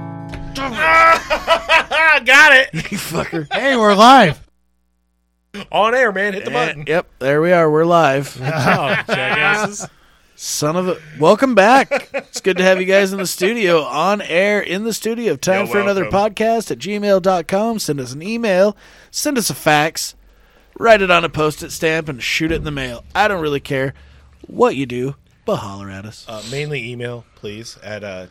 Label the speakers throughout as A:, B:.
A: over.
B: Ah, Got it.
A: you fucker. Hey, we're live.
B: On air, man. Hit the
A: Eh,
B: button.
A: yep, there we are. We're live.
B: Oh, jackasses.
A: Son of a. Welcome back. It's good to have you guys in the studio, on air, in the studio. Time
B: You're
A: for another
B: welcome.
A: podcast at gmail.com. Send us an email, send us a fax, write it on a post it stamp, and shoot it in the mail. I don't really care what you do, but holler at us.
B: Uh, mainly email, please, at uh,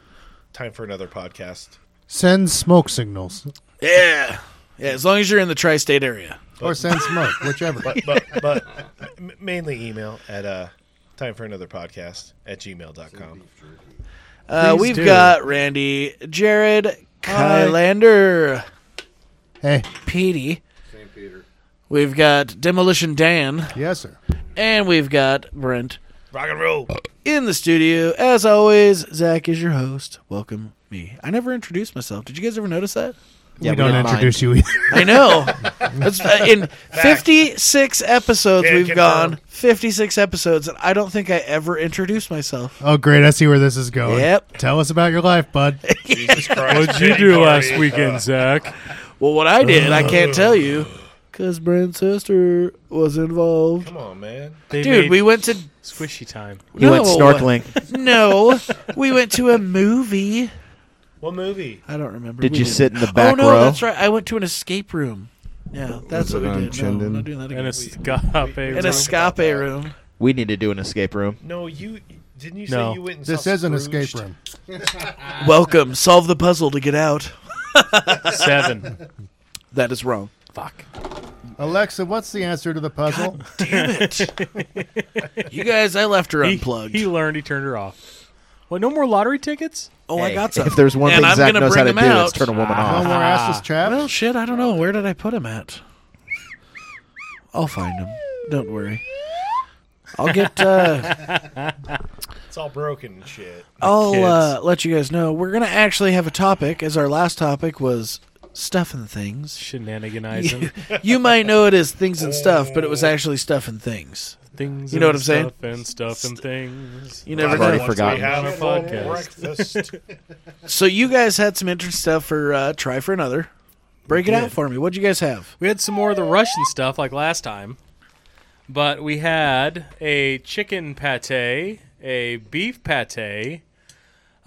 B: time for another podcast.
C: Send smoke signals
A: yeah. Yeah, as long as you're in the tri state area.
C: or send smoke, whichever.
B: But, but, but m- mainly email at uh, time for another podcast at gmail.com.
A: Uh,
C: Please
A: we've
C: do.
A: got Randy, Jared, Kylander,
C: hey,
A: Petey. Peter. We've got Demolition Dan,
C: yes, sir.
A: and we've got Brent
B: Rock and roll.
A: in the studio. As always, Zach is your host. Welcome me. I never introduced myself. Did you guys ever notice that?
C: we don't introduce you either.
A: I know. That's, uh, in 56 episodes,
B: Can't
A: we've
B: confirm.
A: gone 56 episodes, and I don't think I ever introduced myself.
C: Oh, great. I see where this is going.
A: Yep.
C: Tell us about your life, bud.
B: Jesus Christ.
D: What'd you
B: pity
D: do
B: party.
D: last weekend, Zach?
A: Well, what I did, I can't tell you because Brent's sister was involved.
B: Come on, man.
D: They
A: Dude,
D: made
A: we went to
D: squishy time.
E: You went
A: No.
E: snorkeling.
A: no, we went to a movie.
B: What movie?
A: I don't remember.
E: Did
A: We
E: you
A: didn't.
E: sit in the back
A: oh no,
E: row?
A: that's right. I went to an escape room. Yeah, that's what
E: it
A: we
E: on
A: did. No, I'm
E: Chinden?
A: not doing that again.
D: And a
A: We- an escape
D: escape room.
A: room.
E: We need to do an escape room.
B: No, you didn't you
D: No.
B: say you went and
C: This
B: saw
C: is an
B: Scrooged?
C: escape room.
A: Welcome. Solve the puzzle to get out.
D: Seven.
A: That is wrong.
D: Fuck.
C: Alexa, what's the answer to the puzzle?
A: Damn it. you guys, I left her
D: He-
A: unplugged.
D: He, learned. He turned her off. What? No more lottery tickets?
A: oh, I
E: Hey,
A: got some.
E: If there's one
A: And
E: thing
A: I'm
E: Zach
A: gonna
E: knows how
A: bring
E: to
A: them
E: do,
A: out.
E: it's turn a woman
C: No
E: off.
C: more asses trapped?
A: well, shit. I don't know. Where did I put him at? I'll find him. Don't worry. I'll get. Uh,
B: It's all broken and shit.
A: I'll
D: kids.
A: uh, let you guys know we're gonna actually have a topic, as our last topic was stuff and things.
D: Shenaniganizing.
A: You might know it as things and stuff, but it was actually stuff and things.
D: things.
A: You know
D: and
A: what I'm saying?
D: Stuff and stuff and things.
A: You never
E: I've already
A: know.
B: Once we
E: forgotten.
B: have
D: On a
B: a full
D: podcast.
B: breakfast.
A: So you guys had some interesting stuff for uh, try for another. Break it out for me. What'd you guys have?
D: We had some more of the Russian stuff like last time, but we had a chicken pate, a beef pate,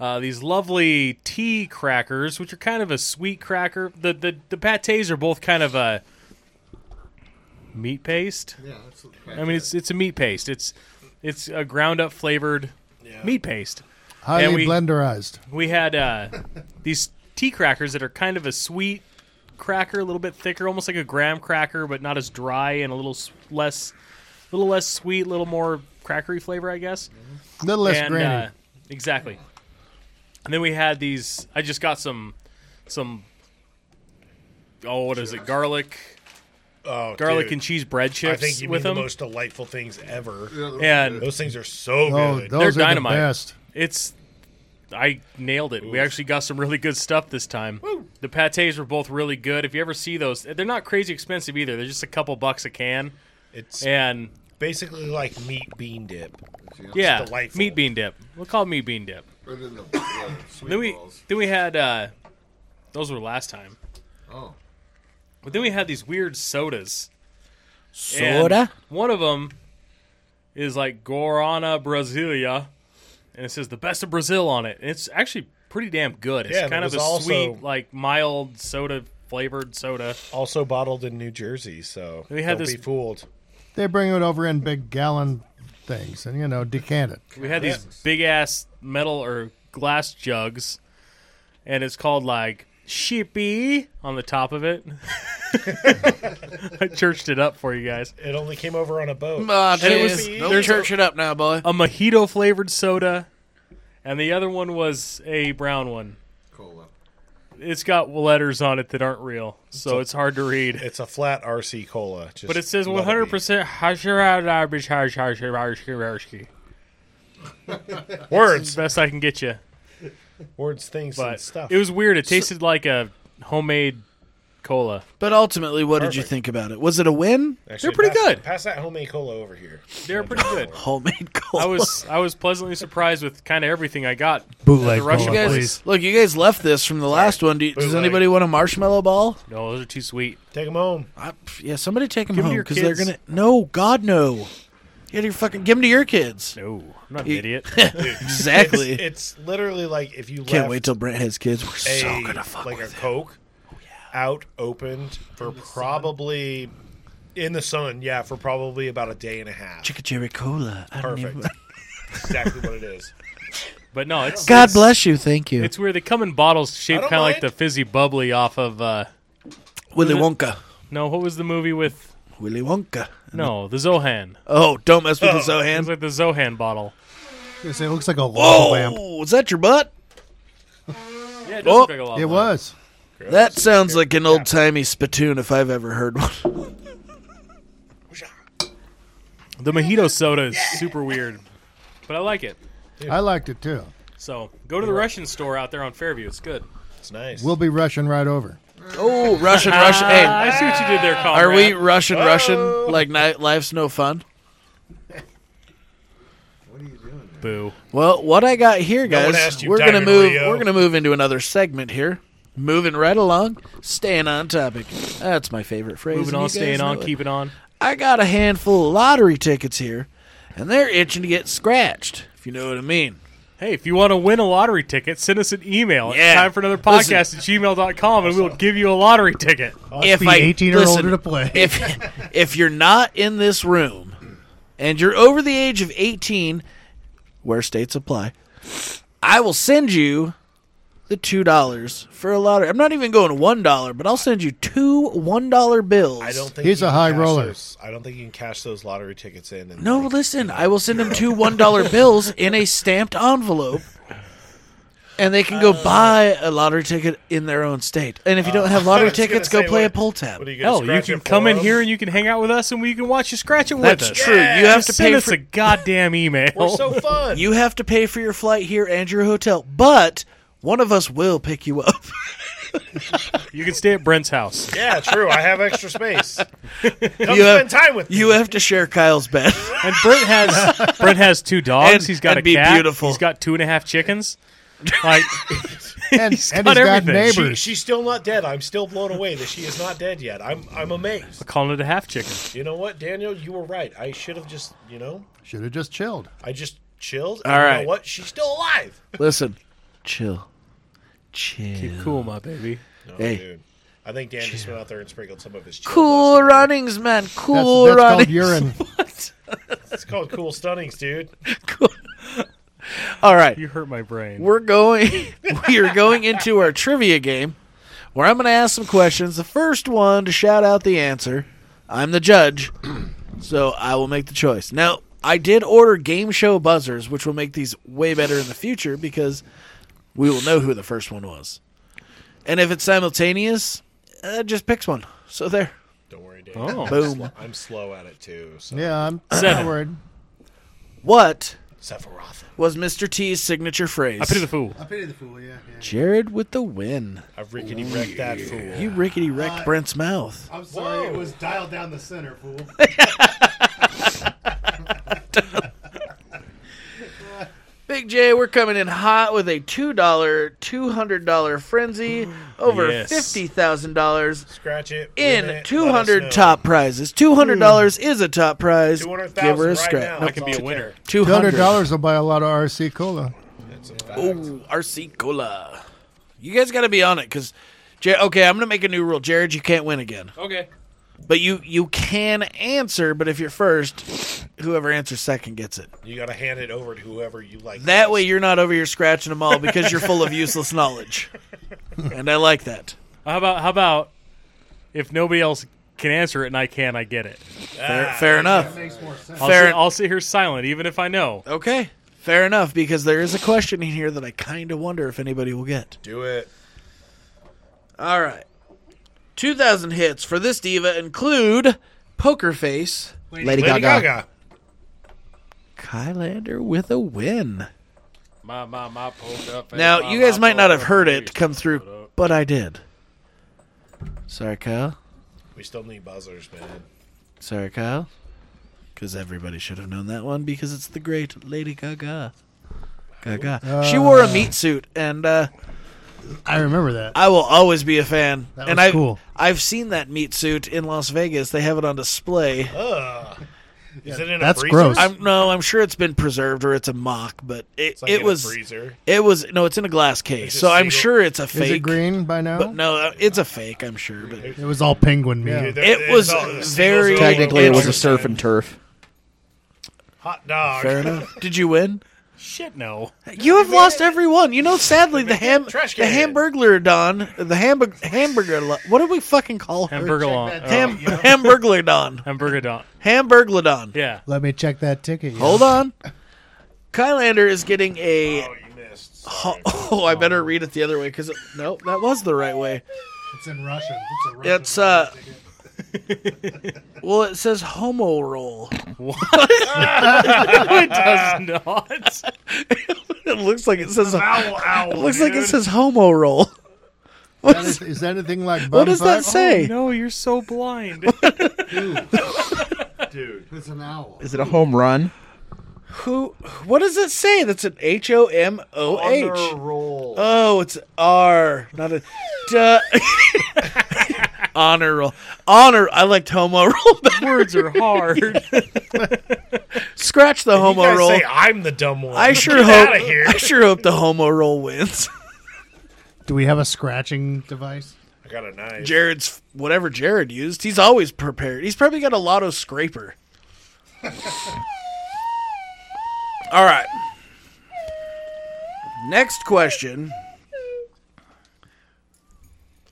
D: uh, these lovely tea crackers, which are kind of a sweet cracker. The the, the pates are both kind of a meat paste. Yeah, I mean it's it's a meat paste. It's it's a ground up flavored meat paste.
C: Highly
D: And we-
C: blenderized.
D: We had uh, these tea crackers that are kind of a sweet cracker, a little bit thicker, almost like a graham cracker, but not as dry and a little s- less, little less sweet, a little more crackery flavor, I guess.
C: Little less
D: and
C: granny.
D: Uh, exactly. And then we had these. I just got some, some. Oh, what is it? Garlic,
B: Oh,
D: garlic
B: dude.
D: and cheese bread
B: I
D: chips
B: think you mean
D: with
B: the
D: them,
B: most delightful things ever.
D: and
B: Those things are so
C: oh,
B: good.
C: those are
D: dynamite.
C: the best.
D: It's I nailed it. We actually got some really good stuff this time. The pates were both really good. If you ever see those, they're not crazy expensive either. They're just a couple bucks a can.
B: It's
D: And
B: basically like meat bean dip.
D: yeah,
B: delightful.
D: meat bean dip. We'll call it meat bean dip. Then we then we had uh those were last time. Oh. But then we had these weird sodas. And
A: Soda.
D: one of them is like Guarana Brasilia, and it says the best of Brazil on it. And it's actually pretty damn good. It's
B: Yeah, and
D: kind
B: it
D: of a
B: was also-
D: sweet, like mild soda flavored soda.
B: Also bottled in New Jersey, so
D: We had
B: don't
D: this-
B: be fooled.
C: They bring it over in big gallon things and, you know, decant it.
D: We had these big ass metal or glass jugs, and it's called like Shippy on the top of it. I churched it up for you guys.
B: It only came over on a boat.
A: Uh,
D: And it was-
A: don't
D: there's
A: church it up now, boy.
D: A mojito flavored soda, and the other one was a brown one. Cola. It's got letters on it that aren't real, so it's hard to read.
B: It's a flat RC cola. Just
D: But it says
B: let be.
D: 100% Hashira Garbage Hash Hash Hash Hash Hash.
B: words,
D: Best I can get you.
B: words, things, and
D: But
B: stuff.
D: it was weird. It tasted like a homemade cola.
A: But ultimately, what did you
B: Perfect.
A: think about it? Was it a win?
B: Actually,
D: pretty
B: pass-
D: good.
B: Pass that homemade cola over here.
D: They're pretty good.
A: Homemade cola.
D: I was I was pleasantly surprised with kind of everything I got.
C: Bootleg
D: The Russian
A: You
C: cola,
D: guys-
C: please.
A: Look, you guys left this from the last one. Do you, does
B: Bootleg.
A: anybody want a marshmallow ball?
D: No, those are too sweet.
B: Take them home.
A: I, yeah, somebody take them
D: Give 'em to
A: home
D: your
A: because they're
D: kids.
A: gonna. No, God, no. Get your fucking. Give them to your kids.
D: No, I'm not an
A: You-
D: idiot.
A: Exactly.
B: It's literally like if you
A: Can't
B: left
A: wait till Brent has kids. We're
B: a
A: so gonna fuck
B: like a
A: with it. Oh,
B: Coke out opened for probably in the sun. Yeah, for probably about a day and a half.
A: Chicka cherry cola. I don't
B: Perfect.
A: even-
B: exactly what it is.
D: But no, it's
A: God
D: it's-
A: bless you. Thank you.
D: It's weird. They come in bottles shaped
B: I don't
D: kind of like
B: mind.
D: the fizzy bubbly off of. uh
A: Willy Wonka.
D: No, what was the movie with?
A: Willy Wonka.
D: No, the Zohan.
A: Oh, don't mess with the
D: It was
A: Zohan.
D: like the Zohan bottle.
C: I was gonna say, It looks like a lava lamp.
A: Oh, was that your butt?
D: Yeah, it does
A: Oh.
D: look like a lava
C: It
D: lamp.
C: was.
A: That sounds like an old timey spittoon if I've ever heard one.
D: The mojito soda is super weird, but I like it.
C: I liked it too.
D: So go to the Russian store out there on Fairview. It's good.
B: It's nice.
C: We'll be rushing right over.
A: Oh, Russian, Russian. Hey,
D: Ah, I Oh. see what you did there, Colin.
A: are we Russian, Russian? Like ni- life's no fun.
D: Boo.
A: Well, what I got here,
B: No one
A: guys,
B: asked you,
A: we're gonna
B: Diamond
A: move.
B: Rio.
A: We're gonna move into another segment here. Moving right along, staying on topic. That's my favorite phrase.
D: Moving
A: and you
D: on,
A: guys
D: staying on,
A: know it.
D: keeping on.
A: I got a handful of lottery tickets here, and they're itching to get scratched. If you know what I mean.
D: Hey, if you want to win a lottery ticket, send us an email.
A: Yeah.
D: It's time for another podcast at gmail.com, and we'll give you a lottery ticket.
C: Must
A: If
C: be
A: I-
C: 18 or
A: listen,
C: older to play.
A: if if you're not in this room and you're over the age of 18 where states apply i will send you the two dollars for a lottery i'm not even going one dollar but i'll send you two one dollar bills
B: I don't think
C: He's
B: you
C: a
B: can
C: high
B: cash
C: roller.
B: those- I don't think you can cash those lottery tickets in. And
A: no
B: like,
A: listen i will send them two one dollar bills in a stamped envelope and they can go
B: Uh,
A: buy a lottery ticket in their own state and if you don't have
B: I
A: lottery
B: was gonna
A: tickets go
B: say,
A: play
B: what-
A: a pull tab
B: what are you gonna
D: Hell, you
B: scratch
D: can
B: it
D: come
B: for
D: in
B: 'em?
D: here and you can hang out with us, and we can watch you scratch it
A: that's
D: with us.
A: true you have to
D: Send
A: pay
D: us
A: for
D: a goddamn email.
B: We're so fun.
A: You have to pay for your flight here and your hotel, but one of us will pick you up.
D: You can stay at Brent's house.
B: yeah, true. I have extra space. Come
A: You have-
B: spend time with
A: You
B: me.
A: have to share Kyle's bed.
D: And Brent has Brent has two dogs.
A: And-
D: he's got
A: and
D: a
A: be
D: cat.
A: beautiful.
D: He's got two and a half chickens. Like
C: and and he's
D: got
C: got
D: everything.
B: She,
C: neighbors.
B: she's still not dead. I'm still blown away that she is not dead yet. I'm I'm amazed.
D: calling it a half chicken.
B: You know what, Daniel? You were right. I should have just you know
C: Should have just chilled.
B: I just chilled.
A: All
B: and you know
A: right.
B: what? She's still alive.
A: Listen, chill, chill.
D: Cool, my baby.
B: No,
A: Hey.
B: dude. I think Dan just went out there and sprinkled some of his chill
A: Cool
B: dust.
A: runnings, man.
C: That's,
A: Cool
C: that's called
A: runnings.
C: urine.
B: It's called cool stunnings, dude.
A: All right,
D: You hurt my brain.
A: we're going. we are going into our trivia game, where I'm going to ask some questions. The first one to shout out the answer. I'm the judge, so I will make the choice. Now, I did order game show buzzers, which will make these way better in the future because we will know who the first one was. And if it's simultaneous, uh, just picks one. So there.
B: Don't worry, Dan.
D: Oh.
B: I'm,
A: Boom.
B: slow, I'm slow at it too. So.
C: Yeah, I'm
D: Seven.
C: not worried.
A: What
B: Sephiroth.
A: was Mr. T's signature phrase?
D: I pity the fool.
C: I pity the fool, yeah. yeah.
A: Jared with the win.
B: I've rickety wrecked that fool.
A: You rickety wrecked
D: Uh,
A: Brent's mouth.
C: I'm
B: sorry, it was
C: dialed down the center, fool.
A: Big J, we're coming in hot with a two dollar, two hundred dollar frenzy,
B: Mm.
A: over
D: Yes.
A: fifty thousand dollars
B: Scratch it. win
A: in
B: it,
A: two
B: let us know.
A: hundred top prizes. Two hundred dollars is a top prize. Give
B: 200,000
A: her a
B: right
A: scratch.
B: now.
A: No,
D: I can be a winner.
A: two hundred
C: $200 will buy a lot of RC Cola.
B: That's a fact.
A: Ooh, RC Cola. You guys got to be on it because, Jer- okay, I'm gonna make a new rule. Jared, you can't win again,
D: Okay.
A: but you you can answer. But if you're first, whoever answers second gets it.
B: You got to hand it over to whoever you like.
A: That
B: best.
A: way, you're not over here scratching them all because you're full of useless knowledge, and I like that.
D: How about how about if nobody else can answer it and I can, I get it.
A: Fair, fair enough.
C: Makes more sense.
D: I'll,
A: Fair-
D: sit, I'll sit here silent, even if I know.
A: Okay. Fair enough, because there is a question in here that I kind of wonder if anybody will get.
B: Do it.
A: All right. 2,000 hits for this diva include Poker Face,
E: Lady,
B: Lady
E: Gaga.
B: Gaga.
A: Kylander with a win.
D: My my my poke up.
A: Now, you guys might not have heard it come through, but I did. Sorry, Kyle.
B: We still need buzzers, man.
A: Sorry, Kyle. Because everybody should have known that one because it's the great Lady Gaga. Gaga. she wore a meat suit, and uh,
C: I remember that.
A: I will always be a fan.
C: That
A: and
C: was
A: I've,
C: cool.
A: I've seen that meat suit in Las Vegas. They have it on display.
B: Oh. Ugh. Is it in
C: that's
B: a freezer?
C: gross.
A: I'm no, I'm sure it's been preserved or it's a mock, but it,
B: It's like
A: it
B: in a
A: was
B: freezer.
A: it was no, it's in a glass case,
B: It's
A: so
B: just
A: I'm
B: single-
A: sure it's a
C: Is
A: fake.
C: it green by now?
A: But no, uh, it's a fake. I'm sure, but
C: It was all penguin meat.
B: Dude, there-
A: It
B: there's
A: was
B: all- the singles
A: very-
B: are all
E: Technically, it was a
B: interesting.
E: surf and turf.
B: hot dog.
A: fair enough. Did you win?
D: Shit, no.
A: You have lost every one. You know, sadly, the ham,
B: Trash
A: the
B: can.
A: Hamburglar Don, the hamburg, hamburger. lo- What do we fucking call her?
D: Hamburger long.
C: that
B: Oh,
A: Ham, Hamburglar Don,
D: Hamburger don.
A: Hamburgladon.
D: Yeah.
C: Let me check that ticket. you
A: Hold
C: know.
A: on. Kylander is getting a.
B: Oh, you missed.
A: Oh,
B: Sorry.
A: I better read it the other way because no, that was the right way.
C: It's in Russian. It's, a Russian
A: It's uh. well, it says homo roll.
D: No, it
A: Ah.
D: does not.
A: It looks like it says.
B: Ow, ow,
A: It looks like it
B: dude.
A: says homo roll.
C: Is that- is that anything like
A: What does that
B: Oh,
A: say?
D: No, you're so blind.
B: dude.
C: It's an owl.
E: Is it a home run?
A: Who? What does it say? That's an H O M O
B: Honor
A: H.
B: roll.
A: Oh, it's R, not a duh. honor roll. Honor. I liked homo roll. better.
D: Words are hard.
A: Scratch the
B: you
A: homo
B: guys
A: roll.
B: say I'm the dumb one.
A: I sure
B: Get
A: hope.
B: Out of here.
A: I sure hope the homo roll wins.
C: Do we have a scratching device?
B: I got a knife.
A: Jared's whatever Jared used. He's always prepared. He's probably got a lotto scraper. All right. Next question.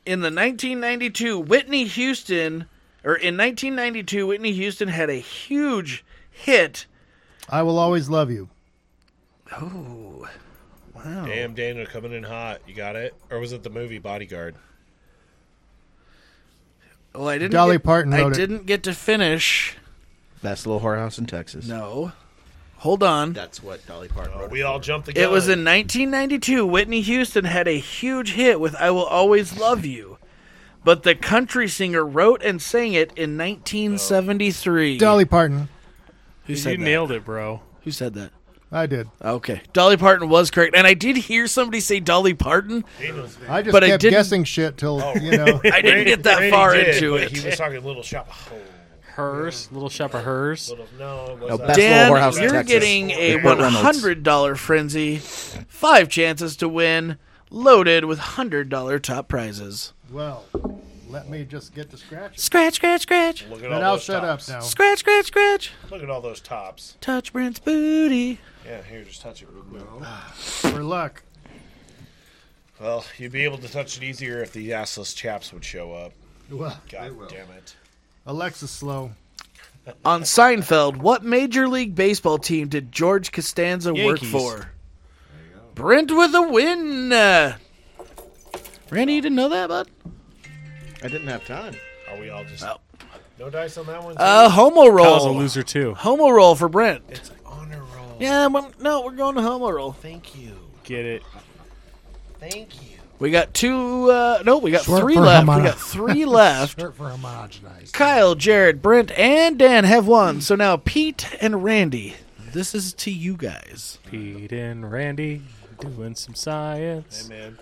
A: In the 1992, Whitney Houston, or in 1992, Whitney Houston had a huge hit.
C: I will always love you.
B: Damn, Dana coming in hot. You got it? Or was it the movie Bodyguard?
A: Well, I didn't.
C: Dolly
A: get-
C: Parton
A: I
C: wrote it.
A: didn't get to finish.
E: That's Little Whorehouse in Texas.
A: No. Hold on.
E: That's what Dolly Parton wrote.
B: We all jumped the gun.
A: It was in 1992. Whitney Houston had a huge hit with I Will Always Love You. But the country singer wrote and sang it in 1973.
C: Dolly Parton.
A: Oh. Who
D: you
A: said that?
D: nailed it, bro.
A: Who said that?
C: I did.
A: Okay. Dolly Parton was correct. And I did hear somebody say Dolly Parton.
C: I just
A: But I
C: kept
A: didn't- Oh.
C: guessing shit till you know.
A: I didn't get that
B: Brady
A: far
B: did,
A: into
B: but
A: it.
B: He was talking little shop. Oh,
D: Hers, little shop of hers.
B: little, no, it was uh,
E: No,
B: not.
E: best- Little
A: Dan,
E: Whorehouse in
A: you're
E: Texas.
A: getting a
E: With Burt Reynolds.
A: $100 frenzy, five chances to win, loaded with $100 top prizes.
C: well, let me just get to scratching.
A: Scratch, scratch, scratch.
B: Look at all
C: But I'll
B: those
C: shut
B: tops.
C: up now.
A: Scratch, scratch, scratch.
B: Look at all those tops.
A: Touch Brent's booty.
B: Yeah, here, just touch it real quick.
C: For luck.
B: Well, you'd be able to touch it easier if the assless chaps would show up.
C: Well,
B: God damn it.
C: Alexa's slow.
A: On Seinfeld, what Major League Baseball team did George Costanza
D: Yankees.
A: work for? Brent with a win. Uh, Randy, you didn't know that, bud?
E: I didn't have time.
B: Are we all just. No dice on that one?
A: Uh, homo
D: I was a
A: roll.
D: loser too.
A: Homo roll for Brent.
B: it's an honor roll.
A: Yeah, well, no, we're going to homo roll.
B: Thank you.
D: Get it?
B: Thank you.
A: We got two. Uh, no, we got
C: Short
A: three
C: for
A: left.
C: homo.
A: We got three left.
C: for homogenized.
A: Kyle, Jared, Brent, and Dan have one. So now Pete and Randy. This is to you guys.
D: Pete and Randy doing some science.
B: Hey, man.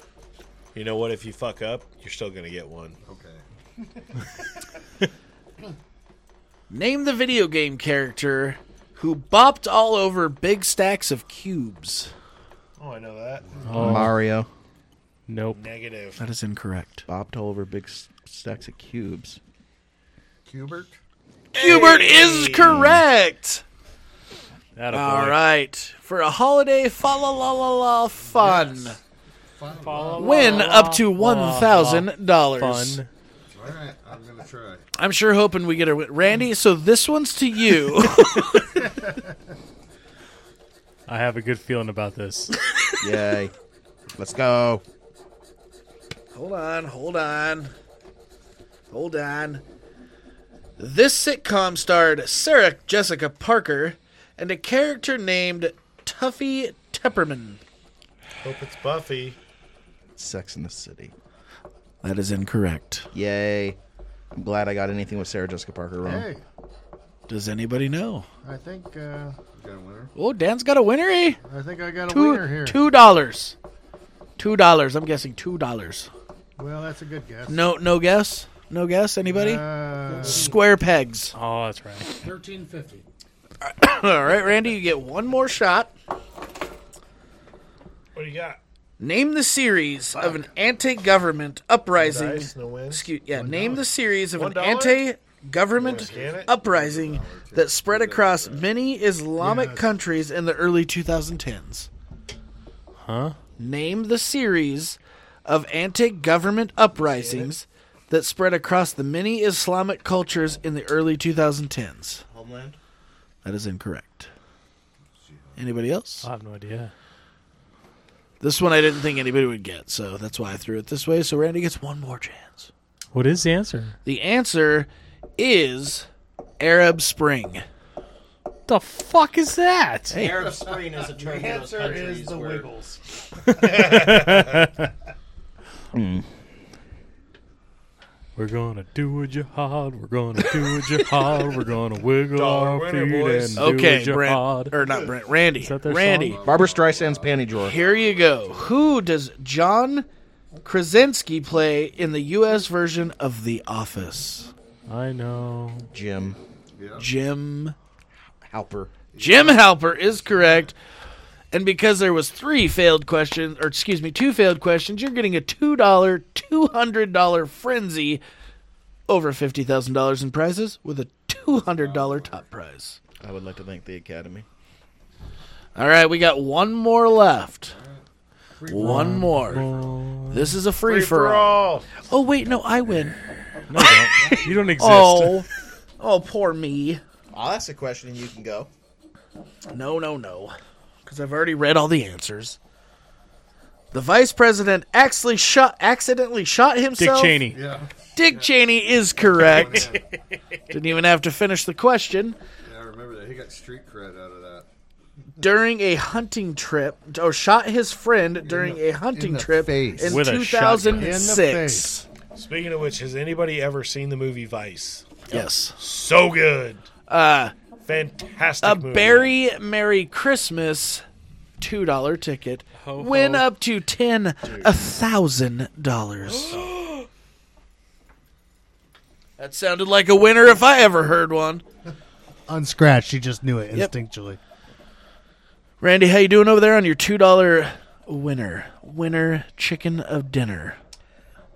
B: You know what? If you fuck up, you're still going to get one.
A: Name the video game character who bopped all over big stacks of cubes.
B: Oh, I know that.
E: Mario
D: Nope.
B: Negative.
A: That is incorrect.
E: bopped all over big s- stacks of cubes.
C: Hubert.
A: Hubert is correct.
D: That
A: All right. For a holiday fa la la la la fun. Win up to $1,000.
D: Fun.
F: All right, I'm gonna try.
A: I'm sure hoping we get a win. Randy, so this one's to you.
D: I have a good feeling about this.
E: Yay! Let's go.
A: Hold on, hold on. Hold on. This sitcom starred Sarah Jessica Parker and a character named Tuffy Tepperman.
B: Hope it's Buffy.
E: Sex in the City.
A: That is incorrect.
E: Yay. I'm glad I got anything with Sarah Jessica Parker wrong.
C: Hey,
A: Does anybody know?
C: I think uh,
F: Got a winner?
A: Oh, Dan's got a winnery.
C: I think I got a winner
A: Two
C: here.
A: two dollars. Two dollars. I'm guessing two dollars.
C: Well, that's a good guess.
A: No no guess. No guess. Anybody?
C: Uh,
A: Square pegs.
D: Oh, that's right.
G: Thirteen fifty.
A: All right, Randy, you get one more shot.
B: What do you got?
A: Name the series of an anti-government uprising.
B: Dice, no win.
A: Excuse yeah. name the series of
B: One
A: an
B: dollar?
A: anti-government
B: Scan it.
A: uprising that spread across many Islamic countries in the early 2010s.
D: Huh?
A: Name the series of anti-government uprisings that spread across the many Islamic cultures in the early 2010s.
E: Homeland?
A: That is incorrect. Anybody else?
D: I have no idea.
A: This one I didn't think anybody would get, so that's why I threw it this way. So Randy gets one more chance.
D: What is the answer?
A: The answer is Arab Spring.
D: The fuck is that?
H: Arab Spring is a term for those countries where
D: Hmm. We're gonna do a jihad. We're gonna do a jihad. We're gonna wiggle
B: Dollar
D: our
B: winner,
D: feet
B: boys.
D: and
A: Okay,
D: do a jihad.
A: Brent or not Brent, Randy.
D: that their
A: Randy,
D: song?
E: Barbara Streisand's panty drawer.
A: here you go. Who does John Krasinski play in the U.S. version of The Office?
D: I know.
E: Jim
A: Jim
E: Halper.
A: Jim Halper is correct. And because there was three failed questions, or excuse me, two failed questions, you're getting a two dollar, two hundred dollar frenzy, over fifty thousand dollars in prizes, with a two hundred dollar top prize.
E: I would like to thank the Academy.
A: All right, we got one more left. One more. This is a free,
B: Free
A: for
B: for
A: all.
B: all.
A: Oh wait, no, I win.
D: No, you don't. you don't exist.
A: Oh, oh, poor me.
E: I'll ask a question and you can go.
A: No, no, no. Because I've already read all the answers. The vice president actually shot, accidentally shot
D: Dick
A: himself.
D: Cheney.
F: Yeah.
A: Dick Cheney is correct. Didn't even have to finish the question.
F: Yeah, I remember that. He got street cred out of that.
A: During a hunting trip, oh, shot his friend during a hunting
C: in the
A: trip
C: face.
A: in
D: With a shotgun.
C: In the
A: 2006.
C: face.
B: Speaking of which, has anybody ever seen the movie Vice?
A: Yes.
B: So good.
A: Uh,
B: Fantastic
A: a
B: movie.
A: Barry Merry Christmas $2 ticket.
D: Ho,
A: Win
D: ho.
A: up to $10,000. That sounded like a winner if I ever heard one.
C: unscratched. She just knew it
A: Yep.
C: instinctually.
A: Randy, how you doing over there on your two dollar winner? Winner chicken of dinner.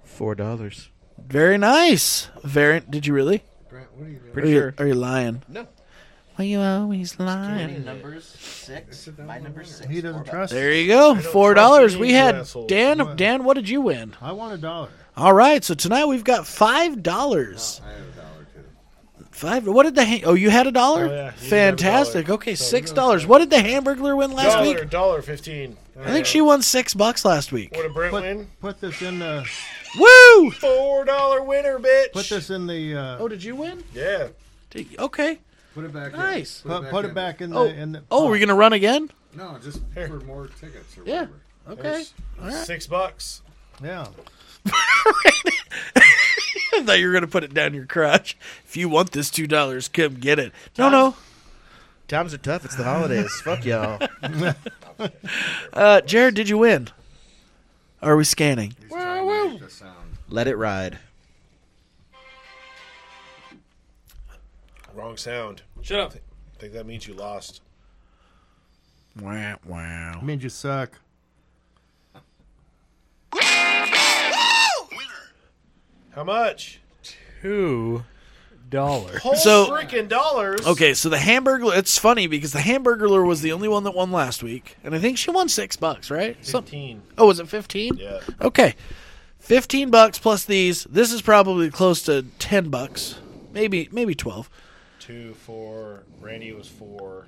E: Four dollars.
A: Very nice. Very. Did you really?
F: Grant, what are you doing?
A: Are
E: Pretty
A: you,
E: sure.
A: are you lying?
E: No.
A: Why you always
H: Many
A: lying?
H: numbers six. My number six.
C: He doesn't
H: Four bucks.
C: trust.
A: There you go.
B: trust
A: Four dollars.
B: you,
A: We
B: you
A: had
B: asshole.
A: Dan. Dan, what did you win?
C: I want a dollar.
A: All right. So tonight we've got five dollars.
F: Oh, I have a dollar too.
A: Five. What did the? Ha- oh, you had a dollar.
B: Oh, yeah, he did have a
A: Fantastic.
B: dollar.
A: Okay,
B: So
A: six
B: you
A: dollars. What did the Hamburglar win last
B: dollar,
A: week?
B: dollar fifteen.
A: I think she won six bucks last week.
B: What a Brent
C: Put,
B: win.
C: put this in the.
A: Woo!
B: Four dollar winner, bitch.
C: Put this in the. Uh,
A: Oh, did you win?
B: Yeah.
A: Did- Okay.
F: Put it back
A: Nice.
F: in.
C: put, put it back in the.
A: Oh,
C: in the
A: oh, we're gonna run again?
F: in. No, just for more tickets or
A: Yeah.
F: whatever.
A: Okay.
B: Six bucks.
C: Yeah.
A: I thought you were gonna put it down your crotch. If you want this two dollars, come get it. No, no.
E: Times are tough. It's the holidays. Fuck y'all.
A: Uh, Jared, did you win? Are we scanning?
F: He's trying to make the sound.
E: Let it ride.
B: Wrong sound.
D: Shut up.
B: I think that means you lost.
A: Wow, wow.
C: means you suck.
B: How much?
D: Two dollars.
B: Whole
A: So-
B: freaking dollars.
A: Okay, so the hamburger. It's funny because the hamburger was the only one that won last week, and I think she won six bucks, right? Some-
B: Fifteen.
A: oh, was it fifteen?
B: Yeah.
A: Okay, fifteen bucks plus these. This is probably close to ten bucks, maybe maybe twelve.
B: Two, four. Randy was four.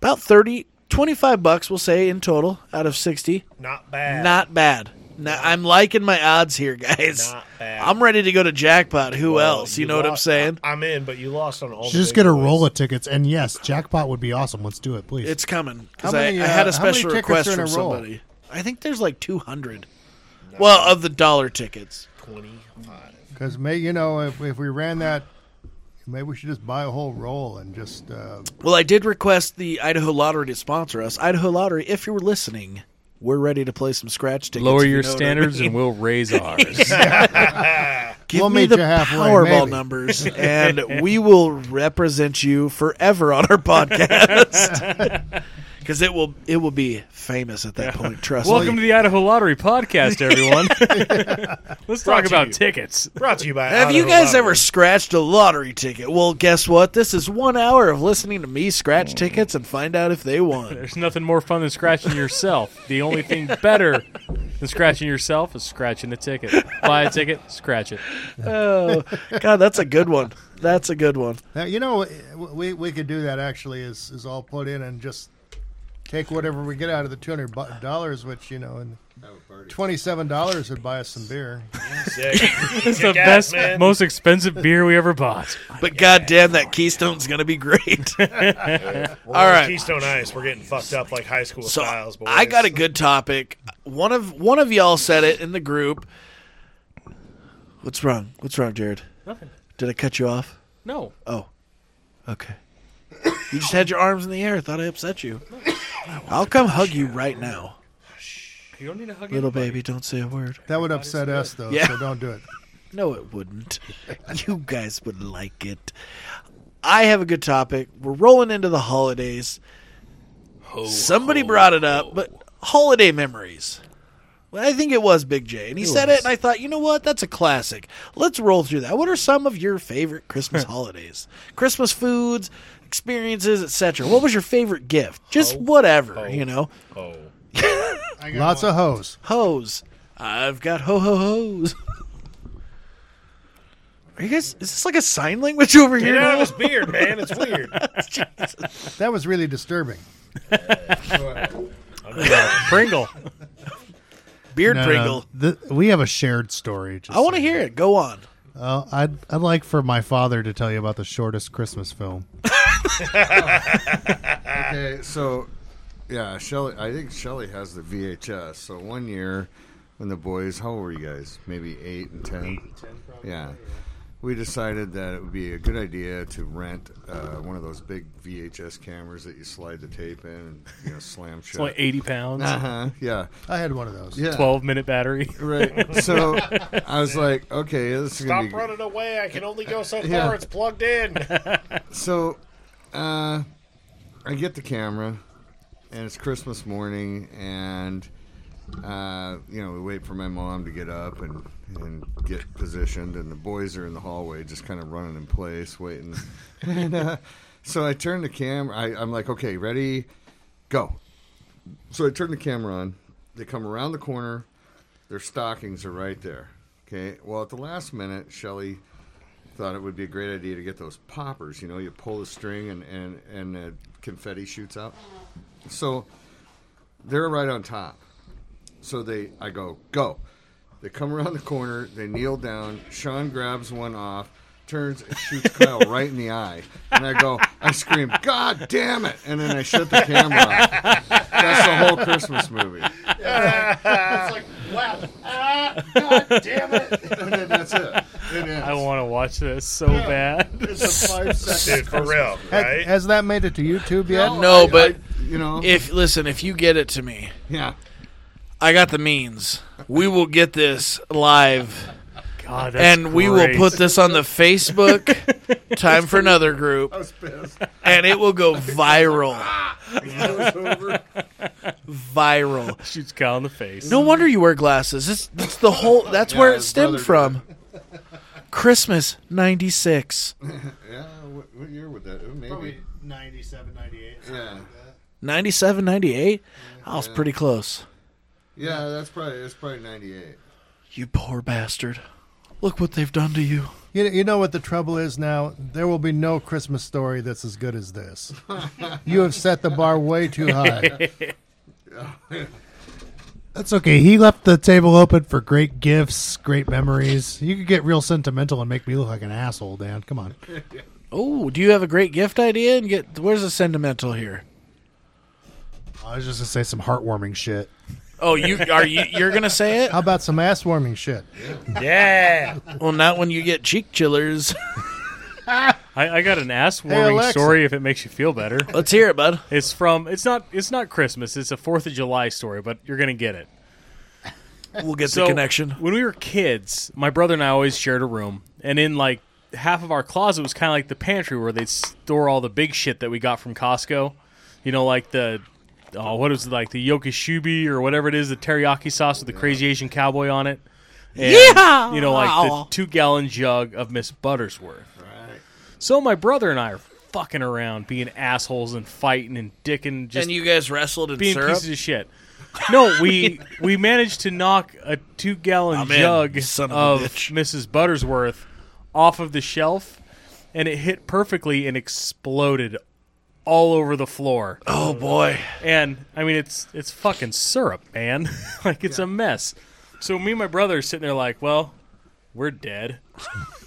A: About 30, 25 bucks, we'll say in total out of sixty.
B: Not bad.
A: Not bad. Now, I'm liking my odds here, guys.
B: Not bad.
A: I'm ready to go to jackpot. Who
B: Well,
A: else? You, know what I'm
B: lost-
A: saying?
B: I- I'm in, but you lost on all. the
C: Just
B: big
C: get a
B: boys.
C: roll of tickets, and yes, jackpot would be awesome. Let's do it, please.
A: It's coming. 'Cause
C: How
A: I,
C: many,
A: I had a
C: uh, how many
A: special
C: tickets
A: request
C: are in
A: from
C: a roll?
A: somebody. I think there's like 200. Well, of the dollar tickets.
B: twenty-five.
C: Because may you know if if we ran that, maybe we should just buy a whole roll and just uh,
A: Well, I did request the Idaho Lottery to sponsor us. Idaho Lottery, if you're listening, we're ready to play some scratch tickets.
D: Lower
A: if you
D: your
A: know what I
D: standards
A: mean.
D: and we'll raise ours.
A: Give
C: We'll
A: me
C: meet
A: the
C: you halfway,
A: Powerball
C: maybe.
A: numbers, and we will represent you forever on our podcast. Because it will it will be famous at that point. Trust
D: Welcome
A: me.
D: to the Idaho Lottery Podcast, everyone. Let's
B: Brought
D: talk
B: to
D: about
B: you.
D: tickets.
B: Brought to you by.
A: Have you
B: Idaho
A: guys
B: Lottery.
A: ever scratched a lottery ticket? Well, guess what? This is one hour of listening to me scratch tickets and find out if they won.
D: There's nothing more fun than scratching yourself. The only thing better than scratching yourself is scratching a ticket. Buy a ticket, scratch it.
A: Oh, God, that's a good one. That's a good one.
C: now, you know we we could do that actually is is all put in and just take whatever we get out of the two hundred dollars, which you know and
F: That was Birdie.
C: twenty seven dollars would buy us some beer.
B: Sick.
D: It's the
B: Kick ass,
D: best,
B: man.
D: most expensive beer we ever bought.
A: But goddamn, that Keystone's going to be great.
B: All
A: right.
B: Keystone Ice. We're getting fucked up like high school
A: So
B: styles. Boys.
A: I got a good topic. One of one of y'all said it in the group. What's wrong? What's wrong, Jared?
D: Nothing.
A: Did I cut you off?
D: No.
A: Oh, okay. You just had your arms in the air. I thought I upset you. I'll come hug you right now,
D: You don't need to hug
A: little baby. Don't say a word.
C: That would upset us though,
A: Yeah.
C: so don't do it.
A: No, it wouldn't. You guys would like it. I have a good topic. We're rolling into the holidays. Somebody brought it up, but holiday memories. Well, I think it was Big J, and he said it, and I thought, you know what? That's a classic. Let's roll through that. What are some of your favorite Christmas holidays? Christmas foods, experiences, etc. What was your favorite gift? Just whatever, you know.
B: Oh.
C: Lots of hoes.
A: Hoes. I've got ho ho hoes. Are you guys? Is this like a sign language over here?
B: Get out
A: now?
B: of his beard, man. It's weird.
C: That was really disturbing.
D: Pringle.
A: Beard
C: Uh,
A: Pringle.
G: we have a shared story. Just
A: I want to hear it. Go on.
G: Uh, I'd I'd like for my father to tell you about the shortest Christmas film.
F: Okay, so yeah, Shelly. I think Shelly has the VHS. So one year, when the boys, how old were you guys? Maybe eight and ten. Eight and ten, probably. Yeah. We decided that it would be a good idea to rent uh, one of those big VHS cameras that you slide the tape in and you know slam
D: It's only
F: shut.
D: 80 pounds,
F: Uh huh. Yeah.
C: I had one of those.
F: Yeah.
D: 12 minute battery.
F: Right. So I was like, okay, this is gonna
B: Stop
F: be.
B: running away. I can only go so far.
F: Yeah.
B: It's plugged in.
F: So, uh, I get the camera, and it's Christmas morning, and uh, you know we wait for my mom to get up and and get positioned, and the boys are in the hallway, just kind of running in place, waiting. and, uh, so I turn the camera. I, I'm like, okay, ready, go. So I turn the camera on. They come around the corner. Their stockings are right there. Okay. Well, at the last minute, Shelly thought it would be a great idea to get those poppers. You know, you pull the string and and and uh, confetti shoots out. So they're right on top. So they, I go go. They come around the corner. They kneel down. Sean grabs one off, turns and shoots Kyle right in the eye. And I go, I scream, God damn it! And then I shut the camera off. That's the whole Christmas movie.
H: It's like, wow, ah, god damn it.
F: And then that's it. It ends.
D: I want to watch this so bad.
F: It's a five second.
B: Dude, for real,
C: Ha-
B: right?
C: Has that made it to YouTube yet?
A: No, but
F: You know,
A: if listen, if you get it to me,
F: yeah.
A: I got the means. We will get this live,
D: God, that's
A: and we will
D: great.
A: put this on the Facebook. Time for another group,
F: I was pissed.
A: and it will go viral.
F: It was over.
A: Viral.
D: shoots Kyle in the face.
A: No wonder you wear glasses. It's, it's the whole. That's where it
F: his
A: stemmed
F: brother
A: from. Christmas '96,
F: Yeah, what, what year would that? Maybe.
G: Probably 97, 98.
F: Yeah.
A: '97, '98. I was pretty close.
F: Yeah, that's probably that's probably ninety eight.
A: You poor bastard. Look what they've done to you.
C: You know, you know what the trouble is now? There will be no Christmas story that's as good as this. you have set the bar way too high.
G: That's okay. He left the table open for great gifts, great memories. You could get real sentimental and make me look like an asshole, Dan. Come on.
A: Oh, do you have a great gift idea? And get where's the sentimental here?
G: I was just gonna say some heartwarming shit.
A: Oh, you are you? You're gonna say it?
C: How about some ass warming shit?
B: Yeah.
A: Well, not when you get cheek chillers.
D: I, I got an ass warming
C: Alexa.
D: story if it makes you feel better.
A: Let's hear it, bud.
D: It's from it's not it's not Christmas, it's a fourth of July story, but you're gonna get it.
A: We'll get the connection.
D: When we were kids, my brother and I always shared a room, and in like half of our closet was kind of like the pantry where they'd store all the big shit that we got from Costco. You know, like the oh, what is it like the yokoshubi or whatever it is, the teriyaki sauce with the crazy Asian cowboy on it. And,
A: Yeah!
D: you know, like the two gallon jug of Miss Buttersworth. Right. So my brother and I are fucking around, being assholes and fighting and dicking, just
A: and you guys wrestled in
D: being
A: syrup.
D: pieces of shit. No, we we managed to knock a two gallon
A: I'm in,
D: jug
A: you son
D: of,
A: of a bitch.
D: Mrs. Buttersworth off of the shelf, and it hit perfectly and exploded all over the floor.
A: Oh boy!
D: And I mean, it's it's fucking syrup, man. like it's a mess. So me and my brother are sitting there like, well, we're dead.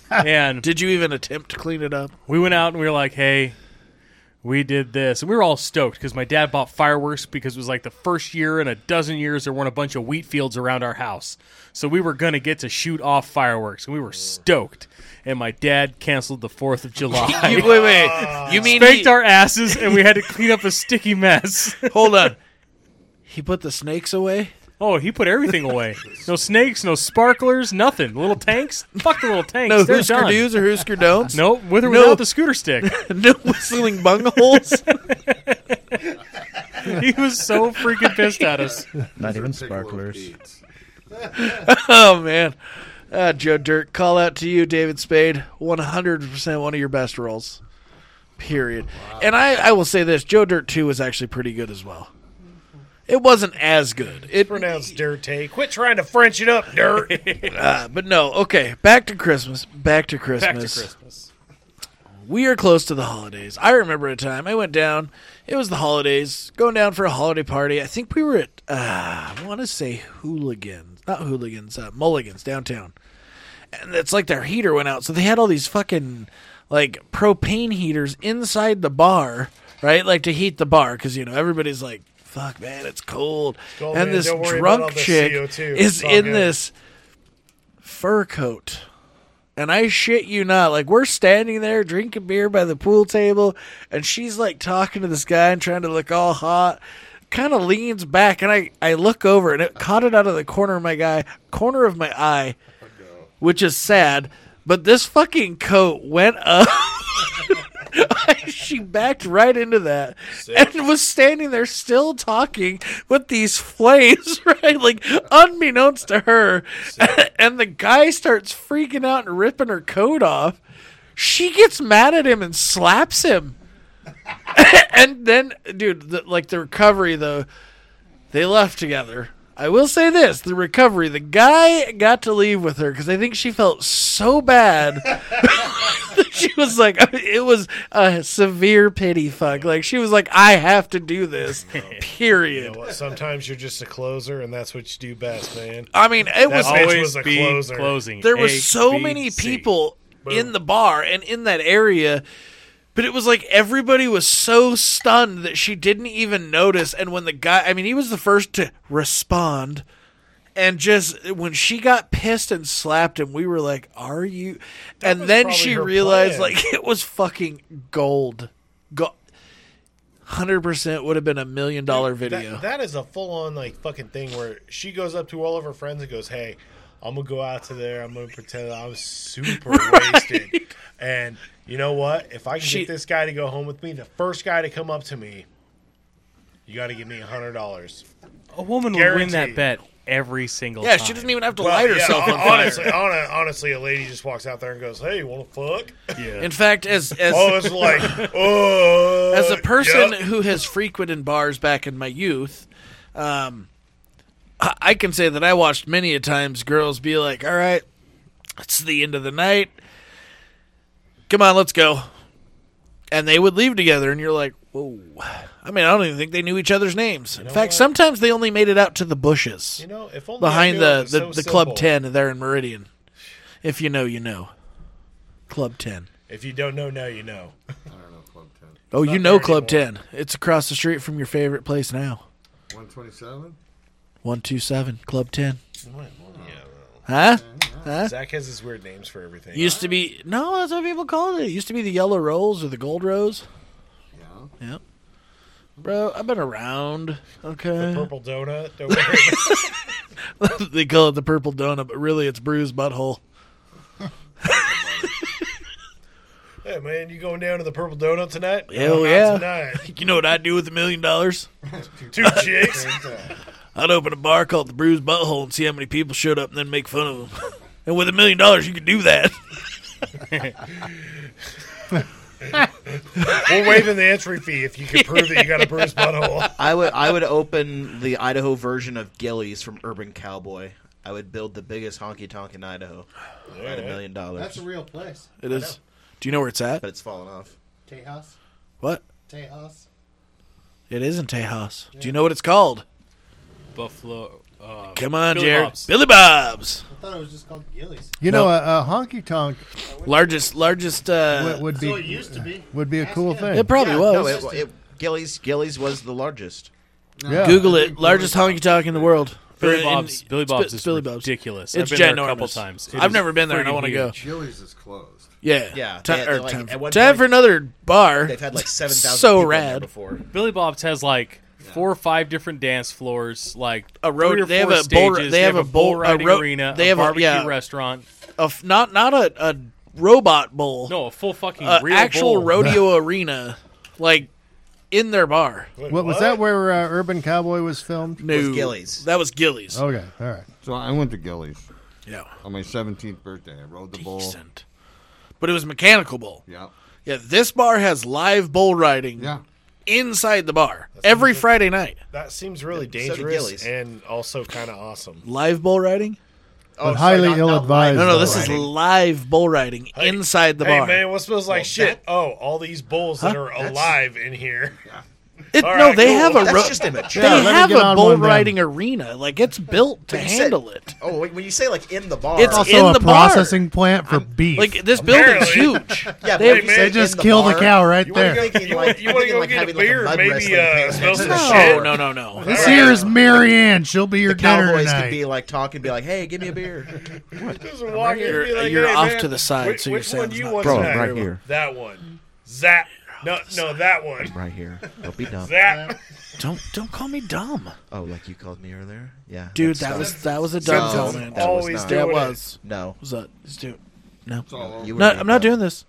D: and
A: Did you even attempt to clean it up?
D: we went out and we were like, hey, we did this. And we were all stoked because my dad bought fireworks because it was like the first year in a dozen years there weren't a bunch of wheat fields around our house. So we were going to get to shoot off fireworks. And we were stoked. And my dad canceled the 4th of July.
A: You, wait, wait. You mean he,
D: Baked our asses and we had to clean up a sticky mess.
A: hold on? He put the snakes away.
D: Oh, he put everything away. No snakes, no sparklers, nothing. Little tanks? Fuck the little tanks.
A: No
D: They're
A: Hoosker
D: done.
A: do's or Hoosker don'ts.
D: No, with or
A: No.
D: without the scooter stick.
A: no whistling bungholes.
D: He was so freaking pissed at us.
E: Not even sparklers.
A: oh man, Ah, Joe Dirt. Call out to you, David Spade. One hundred percent, one of your best roles. Period. And I, I will say this: Joe Dirt Two was actually pretty good as well. It wasn't as good. It
B: Pronounce dirty. Quit trying to French it up, dirt.
A: Uh, but no, okay. Back to Christmas. Back to Christmas.
D: Back to Christmas.
A: We are close to the holidays. I remember a time I went down. It was the holidays. Going down for a holiday party. I think we were at. Uh, I want to say Hooligans, not Hooligans. Uh, Mulligans downtown. And it's like their heater went out, so they had all these fucking like propane heaters inside the bar, right? Like to heat the bar because you know everybody's like. Fuck man, it's cold.
B: cold,
A: and
B: man.
A: this
B: Don't worry about all
A: drunk
B: the
A: chick
B: CO2.
A: is
B: It's all
A: in
B: good.
A: this fur coat. And I shit you not, like we're standing there drinking beer by the pool table, and she's like talking to this guy and trying to look all hot. Kind of leans back, and I I look over, and it caught it out of the corner of my guy, corner of my eye, which is sad. But this fucking coat went up. she backed right into that and was standing there still talking with these flames, right? Like unbeknownst to her. And the guy starts freaking out and ripping her coat off. She gets mad at him and slaps him. and then, dude, the, like the recovery, though, they left together. I will say this the recovery, the guy got to leave with her because I think she felt so bad she was like, it was a severe pity fuck. Like she was like, I have to do this. Period.
B: Well, Sometimes you're just a closer, and that's what you do best, man.
A: I mean, it was.
B: That's bitch
D: always
B: was a
D: be
B: closer.
D: closing.
A: There were
D: A,
A: so
D: B,
A: many
D: C.
A: people in the bar and in that area. But it was like everybody was so stunned that she didn't even notice. And when the guy, I mean, he was the first to respond. And just when she got pissed and slapped him, we were like, Are you? and
B: was
A: then
B: probably
A: she
B: her
A: realized,
B: plan.
A: like, it was fucking gold. Go- 100% would have been a million dollar video.
B: That, that is a full on like fucking thing where she goes up to all of her friends and goes, "Hey, I'm gonna go out to there. I'm gonna pretend I'm super wasted." And you know what? If I can
A: She-
B: get this guy to go home with me, the first guy to come up to me, you got to give me a hundred dollars.
D: A woman
B: Guaranteed.
D: would win that bet every single
A: yeah,
D: time.
A: she doesn't even have to
B: Well,
A: light
B: yeah,
A: herself
B: hon-
A: on fire.
B: honestly, hon- honestly, a lady just walks out there and goes, "Hey, you want to fuck?"
A: In fact, as as
B: Oh, it's like, oh,
A: as a person
B: yep.
A: who has frequented bars back in my youth, um, I, I can say that I watched many a times girls be like, "All right, it's the end of the night. Come on, let's go," and they would leave together, and you're like, "Whoa." I mean, I don't even think they knew each other's names. In fact,
B: what?
A: sometimes they only made it out to the bushes
B: you know, if only I
A: behind
B: knew it
A: the
B: was
A: the,
B: so
A: the club
B: simple.
A: ten there in Meridian. If you know, you know. Club ten.
B: If you don't know now, you know.
F: I don't know, Club 10.
A: Oh, you
B: not
A: know
B: there
A: Club 10. It's across the street from your favorite place now.
F: 127?
A: 127, Club 10.
B: Yeah, well,
A: Huh? Huh?
B: Zach has his weird names for everything.
A: Used to be no, that's what people called it. It used to be the yellow rose or the gold rose.
F: Yeah.
A: Yep. Bro, I've been around. Okay.
B: the purple donut. Don't worry.
A: they call it the purple donut, but really it's bruised butthole.
B: hey man, you going down to the purple donut tonight?
A: Hell
B: not
A: yeah.
B: tonight.
A: You know what I'd do with a million dollars?
B: Two chicks.
A: I'd open a bar called the Bruised Butthole and see how many people showed up and then make fun of them. and with a million dollars, you could do that.
B: We're waiving the entry fee if you can prove that you got a bruised butthole.
E: I would I would open the Idaho version of Gillies from Urban Cowboy. I would build the biggest honky tonk in Idaho at a million
H: That's
E: dollars,
H: a real place.
A: It is. Do you know where it's at?
E: but it's fallen off.
H: Tejas.
A: What?
H: Tejas.
A: It is in Tejas. Do you know what it's called?
D: Buffalo. Uh,
A: Come on,
D: Billy
A: Jared.
D: Bob's.
A: Billy Bob's.
H: I thought it was just called Gillies.
C: You know, a, a honky tonk
A: Largest, largest. Uh,
C: would, would
H: So it
C: be
H: used to be.
C: would be a
H: Ask
C: cool
H: him.
C: thing.
A: it probably
E: Yeah,
A: was.
E: No, it, it, Gillies Gillies was the largest.
C: Yeah.
A: Google it. Largest honky tonk in the world. Or
D: Billy
A: in-
D: Bob's. Billy
A: it's
D: Bob's
A: Bi-
D: is
A: Billy Bob's.
D: ridiculous.
A: It's
D: I've been
A: ginormous.
D: there a couple times. It
A: I've
D: is
A: never been there, and I
D: freaking
A: want to go.
D: huge.
F: Chili's is closed.
A: Yeah,
E: Yeah,
A: Ti-
E: they-
A: or
E: like,
A: time,
E: at
A: for,
E: one
A: time
E: point-
A: for another bar.
E: They've had like seven thousand
A: So
E: people in there
A: rad.
E: before.
D: Billy Bob's has like four or five different dance floors, like
A: A road-
D: Three or
A: they have
D: four
A: a bull-
D: stages.
A: they have a bull-
D: bull riding
A: a ro-
D: arena.
A: they
D: a
A: have a-
D: barbecue
A: yeah.
D: restaurant.
A: A f- not not a, a robot bowl.
D: No, a full fucking
A: a
D: real
A: actual
D: bull.
A: rodeo arena, like in their bar.
B: Wait,
C: What was that? Where uh, Urban Cowboy was filmed?
A: No,
E: Gillies.
A: That was Gillies.
G: Oh.
C: Okay, all right.
F: So I went to Gillies
A: yeah,
F: on my 17th birthday. I rode the bull.
A: decent. But it was mechanical bull.
F: Yeah.
A: Yeah, this bar has live bull riding
F: Yeah.
A: inside the bar every Friday night.
B: That seems really
E: did
B: dangerous
E: Gillies.
B: and also kind of awesome.
A: Live bull riding?
E: Oh,
C: But highly
E: not- not
C: ill-advised,
E: live
A: No, no,
C: Bull
A: this is
E: riding.
A: live bull riding inside the
B: hey
A: bar.
B: man, what smells like shit? oh, all these bulls that
A: Huh?
B: are alive in here.
A: It-
B: All
A: no,
B: right,
A: they
B: cool.
A: have a
E: That's
A: ro-
E: just image.
A: they
C: Yeah, let me
A: have
C: get
A: a
C: on
A: bull
C: one then.
A: riding arena. Like it's built to
E: But you said-
A: handle it.
E: Oh, when when you say like in the bar,
A: It's
C: Also,
A: in
C: a
A: the bar.
C: processing plant for beef.
A: Like this building's
B: Apparently.
A: huge.
E: yeah,
A: they-
E: but when you
B: they
E: say
C: just
E: in the
C: kill the
E: bar,
G: cow right
E: you
G: there.
E: Wanna go,
B: You wanna- you wanna go get a beer, maybe, uh, smells
A: No,
B: like shit.
A: no, no, no.
C: this here is Marianne. She'll be your
E: The
C: dinner
E: Cowboys
C: tonight.
E: could be like talking, be like, "Hey, give me a beer."
B: Just walk in and
A: You're-
B: be like,
A: you're
B: "Hey,
A: off
B: man,
A: to the side,
B: Which,
A: so you're
B: which one
A: saying
B: you
A: it's
B: want
E: not- Bro,
B: tonight?
E: right here.
B: That one. That. No, no, that one.
E: Right here. Don't be dumb.
B: That.
A: Don't don't call me dumb,
E: Oh, like you called me earlier. Yeah,
A: dude.
E: that's
A: That
E: dumb.
A: was that was a dumb
E: Simpsons.
A: comment.
E: That was
B: Always
E: not-
B: do
A: That
B: it.
A: was.
E: No,
A: What's that? Let's do it. No,
E: you were
A: no,
E: being
A: I'm not
E: dumb.
A: doing this.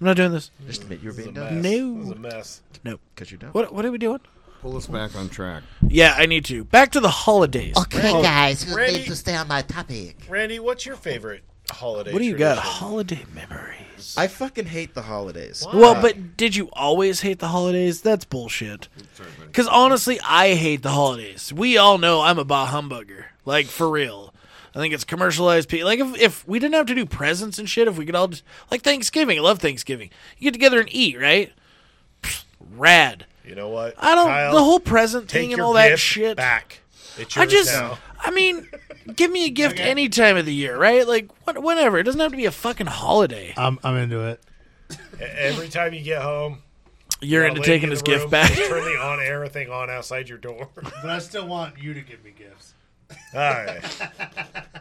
A: I'm not doing this.
E: Just admit you were being
B: It was
E: dumb
B: a mess.
A: No.
B: It was a mess.
A: No.
E: because you're dumb.
A: What what are we doing?
F: Pull us back on track.
A: Yeah, I need to. Back to the holidays.
I: Okay, guys, you
B: Randy-
I: need to stay on my topic.
B: Randy, what's your favorite holiday?
A: What do you got?
B: tradition?
A: Holiday memories.
E: I fucking hate the holidays.
A: Well, but did you always hate the holidays? That's bullshit. Because honestly, I hate the holidays. We all know I'm a bah humbugger. Like, for real. I think it's commercialized. Pe- like, if, if we didn't have to do presents and shit, if we could all just. Like, Thanksgiving. I love Thanksgiving. You get together and eat, right? Pfft, rad.
B: You know what?
A: I don't.
B: Kyle,
A: the whole present
B: take
A: thing and
B: your
A: all that
B: gift
A: shit.
B: back. It's
A: I
B: yours
A: just,
B: now.
A: I mean, give me a gift any time of the year, right? Like, what, whenever. It doesn't have to be a fucking holiday.
E: Uh,
G: I'm, I'm into it.
B: Every time you get home,
A: You're
E: uh,
B: that
A: into
B: lady
A: taking
B: in the
A: his gift
B: room,
A: back.
B: just Turn the on air thing on outside your door. All
G: But I still want you to give me gifts.
B: right.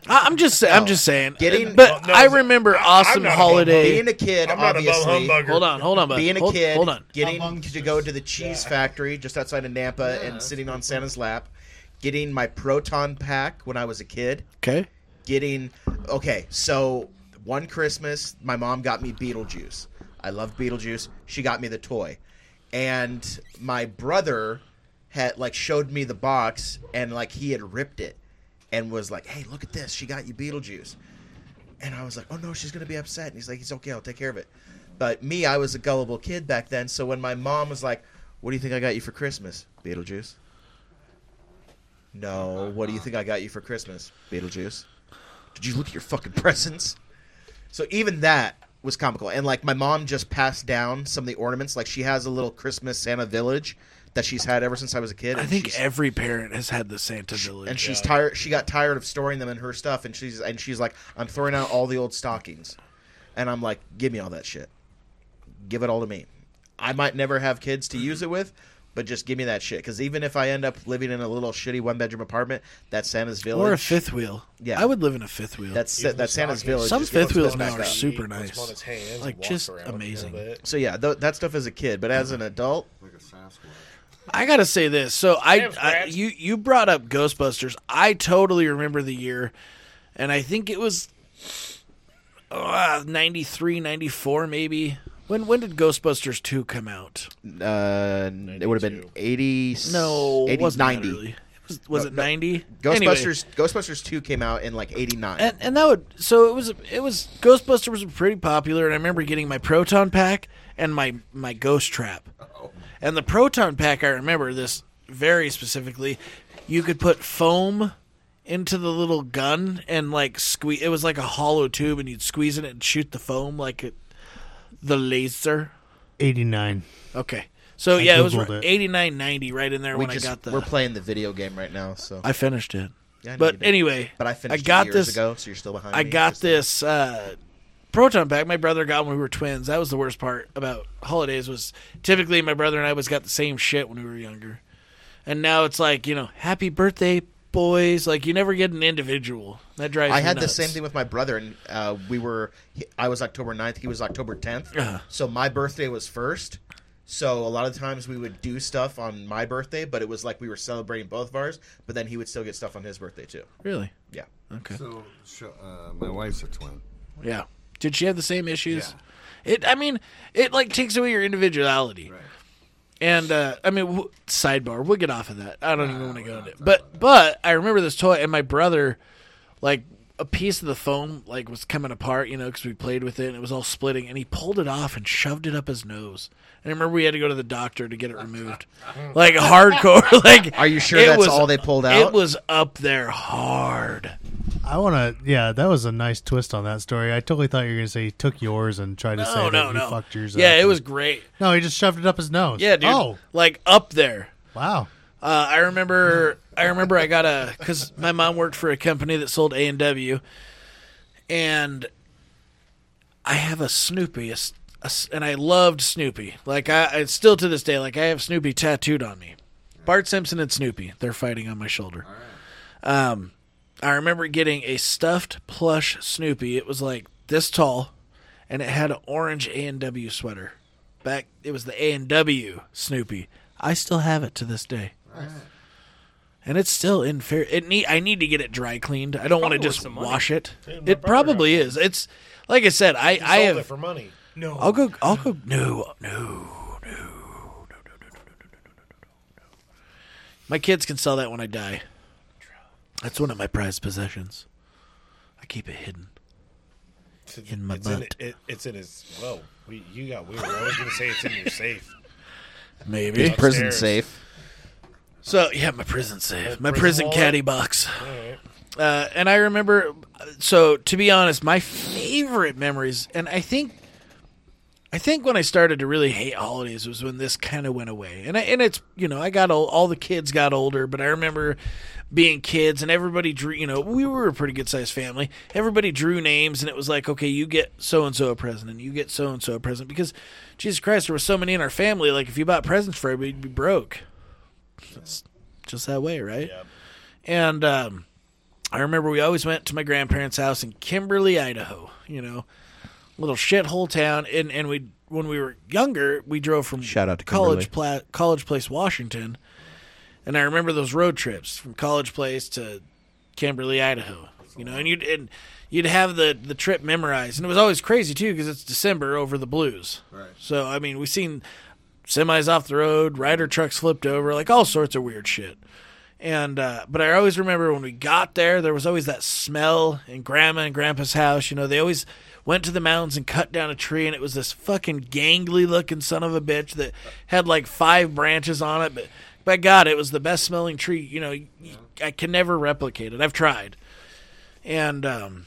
A: I- I'm just, I'm just saying.
E: Getting-
A: but
B: Well, no,
A: I remember awesome
B: not a bum
A: holiday.
E: being a kid,
B: I'm not a bum
E: obviously.
B: humbugger.
A: Hold on, hold on, bud.
E: being a
A: hold,
E: kid,
A: hold on.
E: getting to go to the cheese factory just outside of Nampa and sitting on Santa's lap, getting my proton pack when I was a kid,
A: Okay.
E: getting okay. So one Christmas, my mom got me Beetlejuice. I love Beetlejuice. She got me the toy, and my brother had like showed me the box and like he had ripped it and was like, "Hey, look at this. She got you Beetlejuice." And I was like, "Oh no, she's gonna be upset." And he's like, "He's okay. I'll take care of it." But me, I was a gullible kid back then. So when my mom was like, "What do you think I got you for Christmas?" Beetlejuice. No. What do you think I got you for Christmas? Beetlejuice. Did you look at your fucking presents? So even that was comical. And like my mom just passed down some of the ornaments. Like she has a little Christmas Santa village that she's had ever since I was a kid.
A: I
E: and
A: think
E: she's-
A: every parent has had the Santa Village. uh,
E: and she's tired. She got tired of storing them in her stuff, and she's and she's like, "I'm throwing out all the old stockings," and I'm like, "Give me all that shit. Give it all to me. I might never have kids to use it with, But just give me that shit, because even if I end up living in a little shitty one bedroom apartment, that Santa's Village
A: Or a fifth wheel.
E: Yeah.
A: I would live in a fifth wheel.
E: That's
B: Even
E: that Santa's
B: stockings.
E: Village.
A: Some
E: just
A: fifth
E: gets
A: wheels
E: messed
A: now are
E: back up.
A: super
B: Puts
A: nice.
B: one in his hands and
A: Like,
B: walks
A: just
B: around a little
A: amazing.
B: bit.
E: So yeah, th- that stuff as a kid, but as an adult,
F: Like a Sasquatch.
A: I gotta say this. So I,
B: Damn,
A: I
B: Scratch.
A: you you brought up Ghostbusters. I totally remember the year, and I think it was uh, 93, 94 maybe. When when did Ghostbusters two come out?
E: uh, it would have been 80
A: No, it
E: 80,
A: wasn't
E: 90.
A: really. It was, was
E: No,
A: it
E: no.
A: ninety?
E: Ghostbusters Ghostbusters 2 came out in like 89.
A: and and that would so it was it was Ghostbusters was pretty popular, and I remember getting my proton pack and my my ghost trap,
E: Oh.
A: and the proton pack I remember this very specifically. You could put foam into the little gun and like squeeze. It was like a hollow tube, and you'd squeeze it and shoot the foam like it, the laser.
G: 89.
A: Okay, so yeah, it was
G: Googled it.
A: eighty nine ninety right in there
E: we
A: when
E: just
A: I got the.
E: we're playing the video game right now, so
A: I finished it,
E: Yeah, I know you
A: but
E: did.
A: anyway,
E: but I
A: I
E: finished
A: got
E: it years
A: this
E: ago, so you're still behind
A: I
E: me.
A: got
E: Just-
A: this uh, proton pack. My brother got when we were twins. That was the worst part about holidays. Was typically my brother and I was got the same shit when we were younger, and now it's like you know, happy birthday, boys. Like you never get an individual. That drives.
E: I
A: me
E: had the
A: nuts.
E: same thing with my brother, and uh, we were. he- I was October 9th. He was October 10th.
A: Uh-huh.
E: So my birthday was first. So a lot of times we would do stuff on my birthday, but it was like we were celebrating both of ours. But then he would still get stuff on his birthday too.
A: Really?
E: Yeah.
A: Okay.
F: So, sh- uh, my wife's a twin.
A: Yeah. Did she have the same issues? It. I mean, it like takes away your individuality.
F: Right.
A: And uh, I mean, w- sidebar. We'll get off of that. I don't even want to go into it. But but I remember this toy, and my brother, like a piece of the foam, like was coming apart, you know, because we played with it and it was all splitting. And he pulled it off and shoved it up his nose. And I remember we had to go to the doctor to get it removed, like hardcore. like,
E: Are you sure
A: it
E: that's
A: was-
E: all they pulled
A: It
E: out?
A: was up there hard.
G: I want to. Yeah, that was a nice twist on that story. I totally thought you were going to say he took yours and tried to
A: No,
G: say
A: Oh, no,
G: that
A: no.
G: you fucked yours
A: yeah,
G: up.
A: it was great.
G: No, he just shoved it up his nose.
A: Yeah, dude.
G: Oh,
A: Like up there.
G: wow.
A: Uh, I remember, I remember, I got a because my mom worked for a company that sold A and W, and I have a Snoopy, a s- a s- and I loved Snoopy. Like I, it's still to this day, like I have Snoopy tattooed on me. Bart Simpson and Snoopy, they're fighting on my shoulder. Um, I remember getting a stuffed plush Snoopy. It was like this tall, and it had an orange A and W sweater. Back, it was the A and W Snoopy. I still have it to this day. And it's still in fair. It need I need to get it dry cleaned. I don't want to
D: Probably worth
A: just
D: some money.
A: wash it.
B: Dude, my
A: it
B: brother got
A: probably is. It's like I said. I
B: He
A: I
B: sold
A: have.
B: it for money.
D: No.
A: I'll go. I'll go. No, no, no, no, no, no, no, no, no, no. My kids can sell that when I die. That's one of my prized possessions. I keep it hidden.
B: It's
A: In my
B: it's in,
A: butt.
B: it, it's in his. Whoa, we, you got weird. I was gonna say it's in your safe.
A: Maybe.
E: Prison
B: Upstairs.
E: safe.
A: So yeah, my prison safe, my
B: prison
A: prison
B: wallet?
A: caddy box.
B: All right.
A: uh, and I remember. So to be honest, my favorite memories, and I think, I think when I started to really hate holidays was when this kind of went away. And I, and it's you know I got old, all the kids got older, but I remember being kids and everybody drew. You know we were a pretty good sized family. Everybody drew names, and it was like okay, you get so and so a present, and you get so and so a present because Jesus Christ, there was so many in our family. Like if you bought presents for everybody, you'd be broke. It's just that way, right?
B: Yep.
A: And um, I remember we always went to my grandparents' house in Kimberly, Idaho. You know, little shithole town. And and we when we were younger, we drove from
E: Shout out to
A: College Pla- College Place, Washington. And I remember those road trips from College Place to Kimberly, Idaho. You know, and you'd and you'd have the the trip memorized, and it was always crazy too because it's December over the blues. Right. So I mean, we've seen semis off the road, rider trucks flipped over, like all sorts of weird shit. And uh, but I always remember when we got there, there was always that smell in Grandma and Grandpa's house. You know, they always went to the mountains and cut down a tree, and it was this fucking gangly looking son of a bitch that had like five branches on it. But by God, it was the best smelling tree. You know, y- I can never replicate it. I've tried, and um,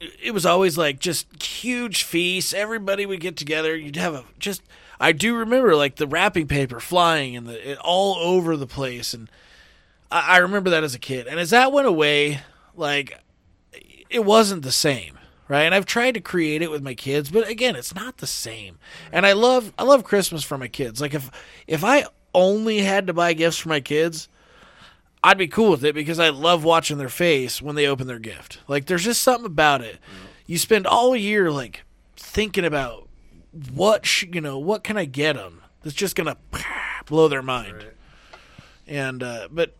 A: it was always like just huge feasts. Everybody would get together. You'd have a just. I do remember like the wrapping paper flying and the it, all over the place, and I, I remember that as a kid. And as that went away, like it wasn't the same, right? And I've tried to create it with my kids, but again, it's not the same. And I love I love Christmas for my kids. Like if if I only had to buy gifts for my kids, I'd be cool with it because I love watching their face when they open their gift. Like there's just something about it. You spend all year like thinking about what sh- you know, what can I get them that's just gonna blow their mind. And uh, but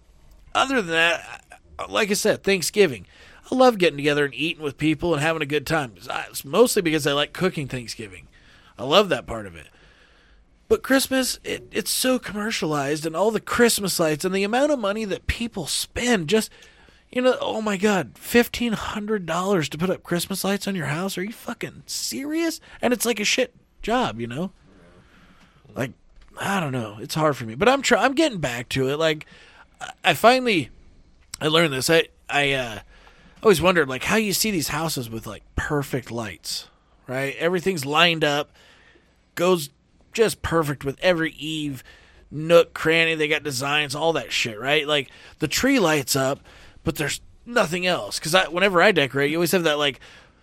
A: other than that, I- like I said, Thanksgiving. I love getting together and eating with people and having a good time. It's- I- It's mostly because I like cooking Thanksgiving. I love that part of it. But Christmas, it, it's so commercialized and all the Christmas lights and the amount of money that people spend just, you know, oh my God, $1,500 to put up Christmas lights on your house? Are you fucking serious? And it's like a shit job, you know? Like, I don't know. It's hard for me, but I'm trying. I'm getting back to it. Like, I- I finally, I learned this. I, I, uh, always wondered like how you see these houses with like perfect lights, right? Everything's lined up, goes just perfect with every eave, nook, cranny. They got designs, all that shit, right? Like the tree lights up, but there's nothing else. Because I, whenever I decorate, you always have that like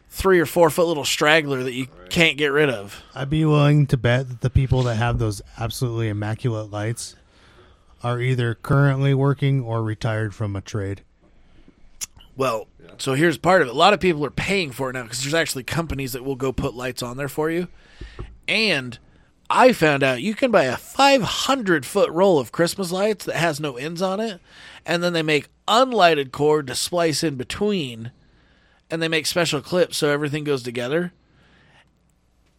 A: three or four foot little straggler that you can't get rid of.
G: I'd be willing to bet that the people that have those absolutely immaculate lights are either currently working or retired from a trade.
A: Well, so here's part of it. A lot of people are paying for it now because there's actually companies that will go put lights on there for you. And I found out you can buy a 500 foot roll of Christmas lights that has no ends on it, and then they make unlighted cord to splice in between, and they make special clips so everything goes together.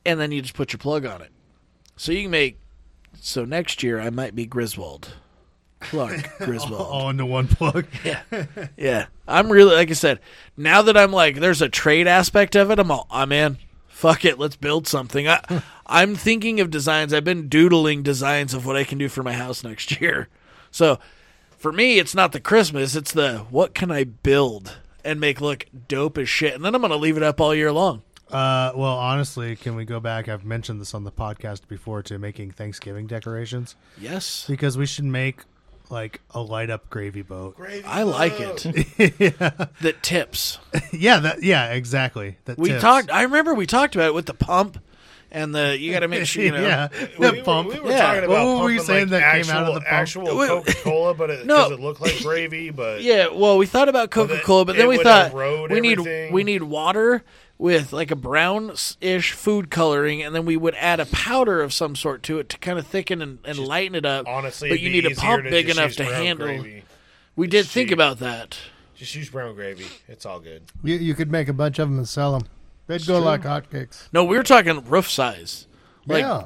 A: And then you just put your plug on it. So you can make. So next year I might be Griswold. Clark Griswold.
G: All into one plug.
A: Yeah, I'm really like I said. Now that I'm like, there's a trade aspect of it. I'm all, I'm in. Fuck it, let's build something. I, I'm thinking of designs. I've been doodling designs of what I can do for my house next year. So, for me, it's not the Christmas. It's the what can I build and make look dope as shit. And then I'm gonna leave it up all year long.
G: Uh, well, honestly, can we go back? I've mentioned this on the podcast before to making Thanksgiving decorations
A: Yes,
G: because we should make like a light up gravy boat.
A: I like it. That tips.
G: Yeah, that, yeah, exactly. That
A: We
G: tips.
A: talked. I remember we talked about it with the pump and the. You got to make sure you know.
G: yeah,
B: We,
G: that
B: we
G: pump.
B: Were, we were
A: Yeah.
B: talking about
G: What were you
B: pumping,
G: saying
B: like,
G: that
B: actual,
G: came out of the pump?
B: actual
A: Wait, wait.
B: Coca Cola, but it,
A: No.
B: 'cause it looked like gravy. But
A: Yeah, well, we thought about
B: then
A: Coca Cola, but
B: it
A: then we
B: would
A: thought
B: erode
A: we need
B: everything.
A: we need water with like a brownish food coloring, and then we would add a powder of some sort to it to kind of thicken and, and lighten it up.
B: honestly,
A: but
B: it'd
A: you
B: be
A: need a
B: easier
A: pump
B: to
A: big
B: just
A: enough
B: use
A: to
B: brown
A: handle.
B: Gravy.
A: We did think
B: cheap.
A: about that.
B: Just use brown gravy. It's all good.
C: You, you could make a bunch of them and sell them. They'd go like hotcakes.
A: No, we were talking roof size. Like,
C: yeah.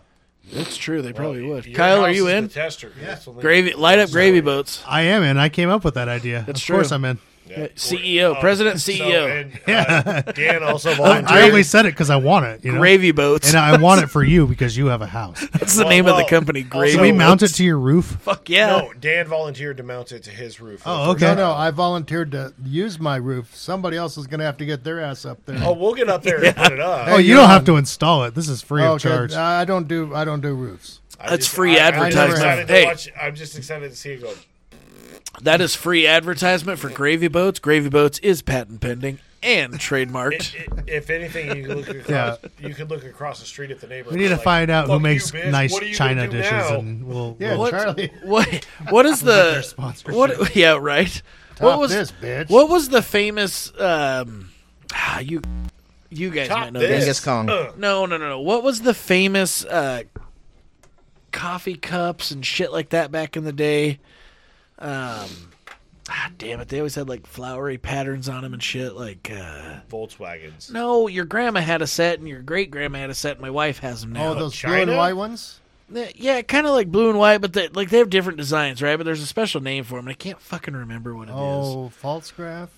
A: That's true. They probably would.
B: Your
A: Kyle, are
B: house
A: you
B: is the
A: in?
B: tester. That's the only-
A: Gravy, light up gravy boats.
G: I am in. I came up with that idea.
A: That's
G: of course,
A: true.
G: I'm in.
A: Uh, CEO, president,
B: Oh.
A: E
B: So,
A: CEO,
B: and, uh, Dan also
G: Oh, I
B: volunteered.
G: only said it because I want it. You know?
A: gravy boats.
G: and I want it for you because you have a house.
A: That's the
B: Well,
A: name of the
B: well,
A: company.
B: also-
A: Gravy.
G: Can we
B: So
G: mount it
A: boats.
G: to your roof?
A: Fuck yeah.
B: No, Dan volunteered to mount it to his roof.
G: Oh, okay.
C: No, no, I volunteered to use my roof. Somebody else is going to have to get their ass up there.
B: Oh, we'll get up there and put it up.
G: Oh,
C: Hey,
G: you
C: you're
G: don't
C: on.
G: have to install it. This is free of
C: okay. uh,
G: charge.
C: I don't do I don't do roofs.
B: I
A: That's free
B: I- I'm just
C: advertisement.
B: excited to
A: Hey.
B: watch- I'm just excited to see it go.
A: That is free advertisement for Gravy Boats. Gravy Boats is patent pending and
B: It,
A: trademarked.
B: it, if anything, you can look across. You can look across the street at the neighbor.
G: we need to
B: like,
G: find out
B: "Fuck
G: who
B: you,
G: makes
B: bitch.
G: nice
B: What are you gonna
G: china
B: do
G: dishes,
B: now?"
G: and we'll.
C: Yeah,
G: we'll-
C: Charlie.
A: What what is
G: their
A: the
G: sponsorship.
A: what? Yeah, right. what
C: Top
A: was
C: this, bitch.
A: what was the famous? Um, ah, you you guys
B: Top
A: might know
B: this.
A: this.
E: Genghis Kong.
A: No, no, no, no. What was the famous uh, coffee cups and shit like that back in the day? Um, ah, damn it! They always had like flowery patterns on them and shit. Like, uh,
B: Volkswagens.
A: no, your grandma had a set, and your great grandma had a set, and my wife has them now.
C: Oh, those blue
B: China?
C: and white ones.
A: Yeah, Yeah, kind of like blue and white, but they, like they have different designs, right? But there's a special name for them. And I can't fucking remember what it is.
C: Oh, false graph.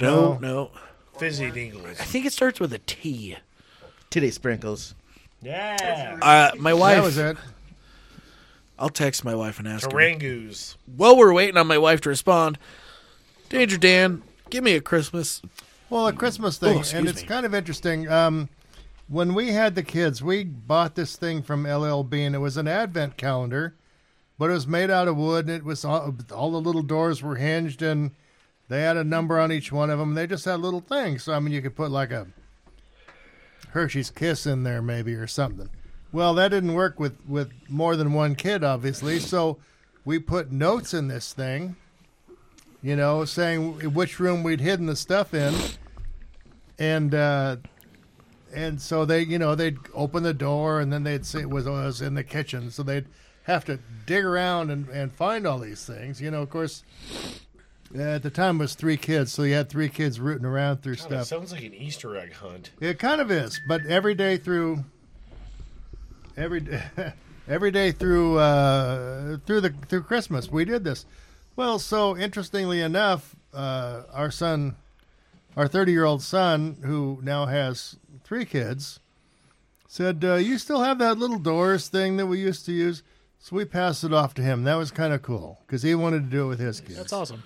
A: no,
C: no.
A: no.
B: Fizzy dingles.
A: I think it starts with a T.
E: Today sprinkles.
B: Yeah.
A: Uh, my wife.
C: That was it.
A: I'll text my wife and ask her.
B: Tarangus.
A: While we're waiting on my wife to respond, Danger Dan, give me a Christmas.
C: Well, a Christmas
A: Oh,
C: thing,
A: excuse
C: and it's
A: me.
C: kind of interesting. Um, when we had the kids, we bought this thing from LL Bean. It was an advent calendar, but it was made out of wood. And it was all, all the little doors were hinged, and they had a number on each one of them. They just had little things. So I mean, you could put like a Hershey's Kiss in there, maybe, or something. Well, that didn't work with with more than one kid, obviously. So we put notes in this thing, you know, saying which room we'd hidden the stuff in, and uh, and so they, you know, they'd open the door and then they'd say it was, was in the kitchen, so they'd have to dig around and, and find all these things, you know. Of course, uh, at the time it was three kids, so you had three kids rooting around through
B: God, that
C: stuff.
B: sounds like an Easter egg hunt.
C: It kind of is, but every day through every day, every day through uh, through the through Christmas, we did this. Well, so interestingly enough, uh, our son, our thirty-year-old son, who now has three kids, said, uh, "You still have that little doors thing that we used to use." So we passed it off to him. That was kind of cool because he wanted to do it with his kids.
D: That's awesome.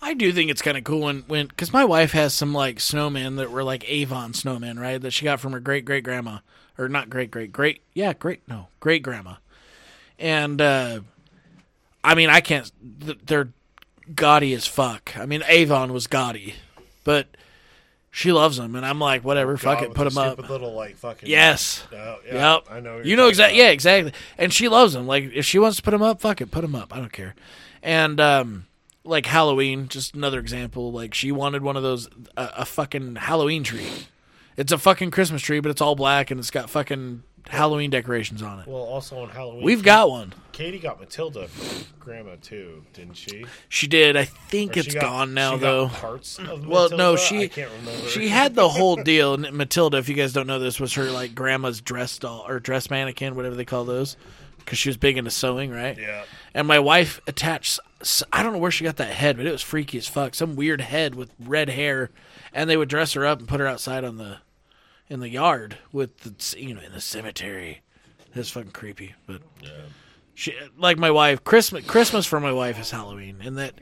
A: I do think it's kind of cool when when because my wife has some like snowmen that were like Avon snowmen, right? That she got from her great great grandma, or not great great great, yeah, great no great grandma. And uh I mean, I can't. th- They're gaudy as fuck. I mean, Avon was gaudy, but she loves them, and I'm like, whatever, fuck
B: God,
A: it,
B: with
A: put
B: the
A: them up.
B: Stupid little like fucking.
A: Yes.
B: Oh, yeah,
A: Yep.
B: I know. what
A: You
B: you're
A: know
B: talking
A: exactly.
B: about.
A: Yeah, exactly. And she loves them. Like if she wants to put them up, fuck it, put them up. I don't care. And um, like Halloween, just another example. Like she wanted one of those a, a fucking Halloween tree. It's a fucking Christmas tree, but it's all black and it's got fucking Halloween decorations on it.
B: Well, also on Halloween,
A: We've got one.
B: Katie got Matilda from Grandma too, didn't she?
A: She did. I think
B: Or
A: it's
B: she got-
A: gone now
B: she got
A: though.
B: parts of
A: Well, no,
B: Matilda?
A: she
B: I can't remember.
A: she had the whole deal. And Matilda, if you guys don't know this, was her like grandma's dress doll or dress mannequin, whatever they call those, because she was big into sewing, right?
B: Yeah.
A: And my wife attached. s- I don't know where she got that head, but it was freaky as fuck. Some weird head with red hair, and they would dress her up and put her outside on the in the yard with the c- you know in the cemetery. It's fucking creepy, but she like my wife. Christmas Christmas for my wife is Halloween, and that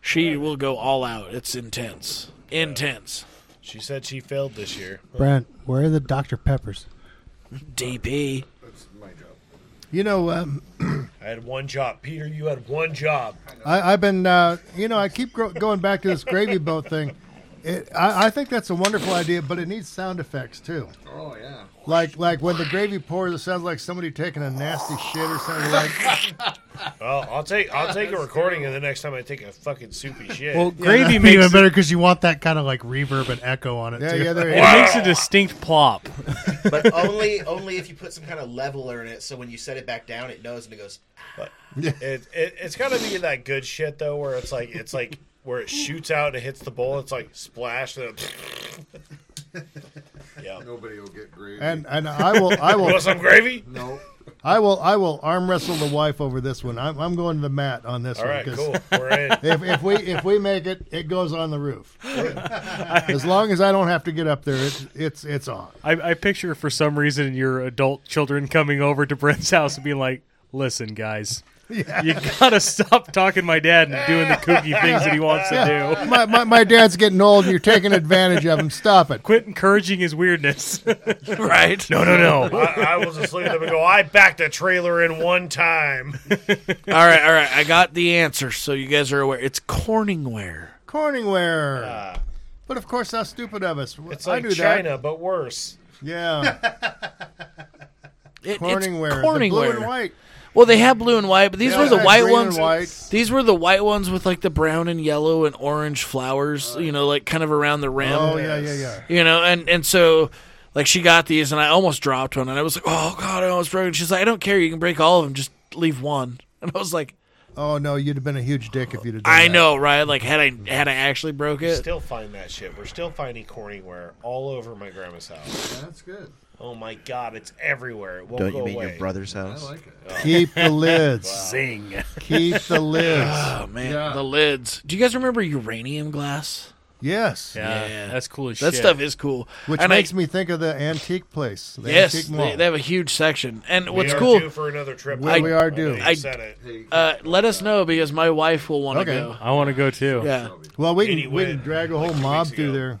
A: she will go all out. It's intense, intense.
B: She said she failed this year.
G: Brent, where are the Dr. Peppers?
A: DP.
C: You know, um,
B: I had one job, Peter. You had one job.
C: I, I've been, uh, you know, I keep gro- going back to this gravy boat thing. It, I, I think that's a wonderful idea, but it needs sound effects too.
F: Oh yeah.
C: Like, like when the gravy pours, it sounds like somebody taking a nasty shit or something. Like,
B: Well, I'll take I'll take a recording of the next time I take a fucking soupy shit.
D: Well,
C: Yeah,
D: gravy
C: that'd
G: Be
D: makes
G: even
D: it,
G: better because you want that kind of like reverb and echo on it.
C: yeah,
G: too.
C: yeah, there
D: it
C: you
D: makes a distinct plop.
E: but only only if you put some kind of leveler in it, so when you set it back down, it knows and it goes.
B: it, it it's gotta be that good shit though, where it's like it's like where it shoots out and hits the bowl. It's like splash. Then yeah.
F: Nobody will get gravy.
C: go. And and I will, I
B: You
C: will,
B: want some gravy?
F: no.
C: I will, I will arm wrestle the wife over this one. I'm, I'm going to the mat on this
B: All
C: one.
B: right,
C: 'cause
B: cool. We're in.
C: If, if we if we make it, it goes on the roof. As long as I don't have to get up there, it, it's it's on.
D: I, I picture for some reason your adult children coming over to Brent's house and being like, "Listen, guys, you gotta stop talking to my dad and doing the kooky things that he wants to do.
C: My, my, my dad's getting old, and you're taking advantage of him. Stop it.
D: Quit encouraging his weirdness."
A: Right?
D: no, no, no.
B: I, I will just leave them and go. I backed the trailer in one time.
A: all right, all right. I got the answer, so you guys are aware. It's Corningware.
C: Corningware. but of course, how stupid of us.
B: It's
C: I
B: like
C: knew
B: China,
C: that.
B: but worse.
C: Yeah,
A: It,
C: Corningware.
A: It's
C: the blue
A: Corningware.
C: and white.
A: Well, they had blue and white, but these
C: They
A: were
C: also
A: the
C: had
A: white
C: green
A: ones.
C: And white.
A: These were the white ones with like the brown and yellow and orange flowers, you know, like kind of around the rim.
C: Oh yeah, yeah, yeah.
A: You know, and and so like she got these, and I almost dropped one, and I was like, oh god, I almost broke. it." She's like, I don't care, you can break all of them, just leave one. And I was like,
C: Oh no, you'd have been a huge dick if you'd have done
A: I
C: that.
A: know, right? Like had I had I actually broke it,
B: Still find that shit. We're still finding Corningware all over my grandma's house.
F: That's good.
B: Oh my god, it's everywhere. It won't
E: Don't
B: go
E: you mean
B: away. Uh,
E: your brother's house?
F: I like it.
C: Keep the lids.
D: Zing.
C: Keep the lids.
A: oh man,
F: Yeah.
A: the lids. Do you guys remember uranium glass?
C: Yes.
D: Yeah,
A: Yeah.
D: that's cool as
A: That
D: shit.
A: stuff is cool,
C: Which
A: And I-
C: makes me think of the antique place. The
A: yes,
C: antique mall.
A: they, they have a huge section, and
B: We
A: what's
B: are
A: cool.
B: due for another trip.
C: Well, we are
B: I know
C: due.
B: you
A: I-
B: said it.
A: Uh, let us know because my wife will want to
C: Okay.
A: go.
D: I want to go too.
A: Yeah,
C: well, we
B: Katie
C: can, we can
B: went,
C: drag a
B: like,
C: whole
B: two
C: mob
B: weeks
C: through
B: ago.
C: there.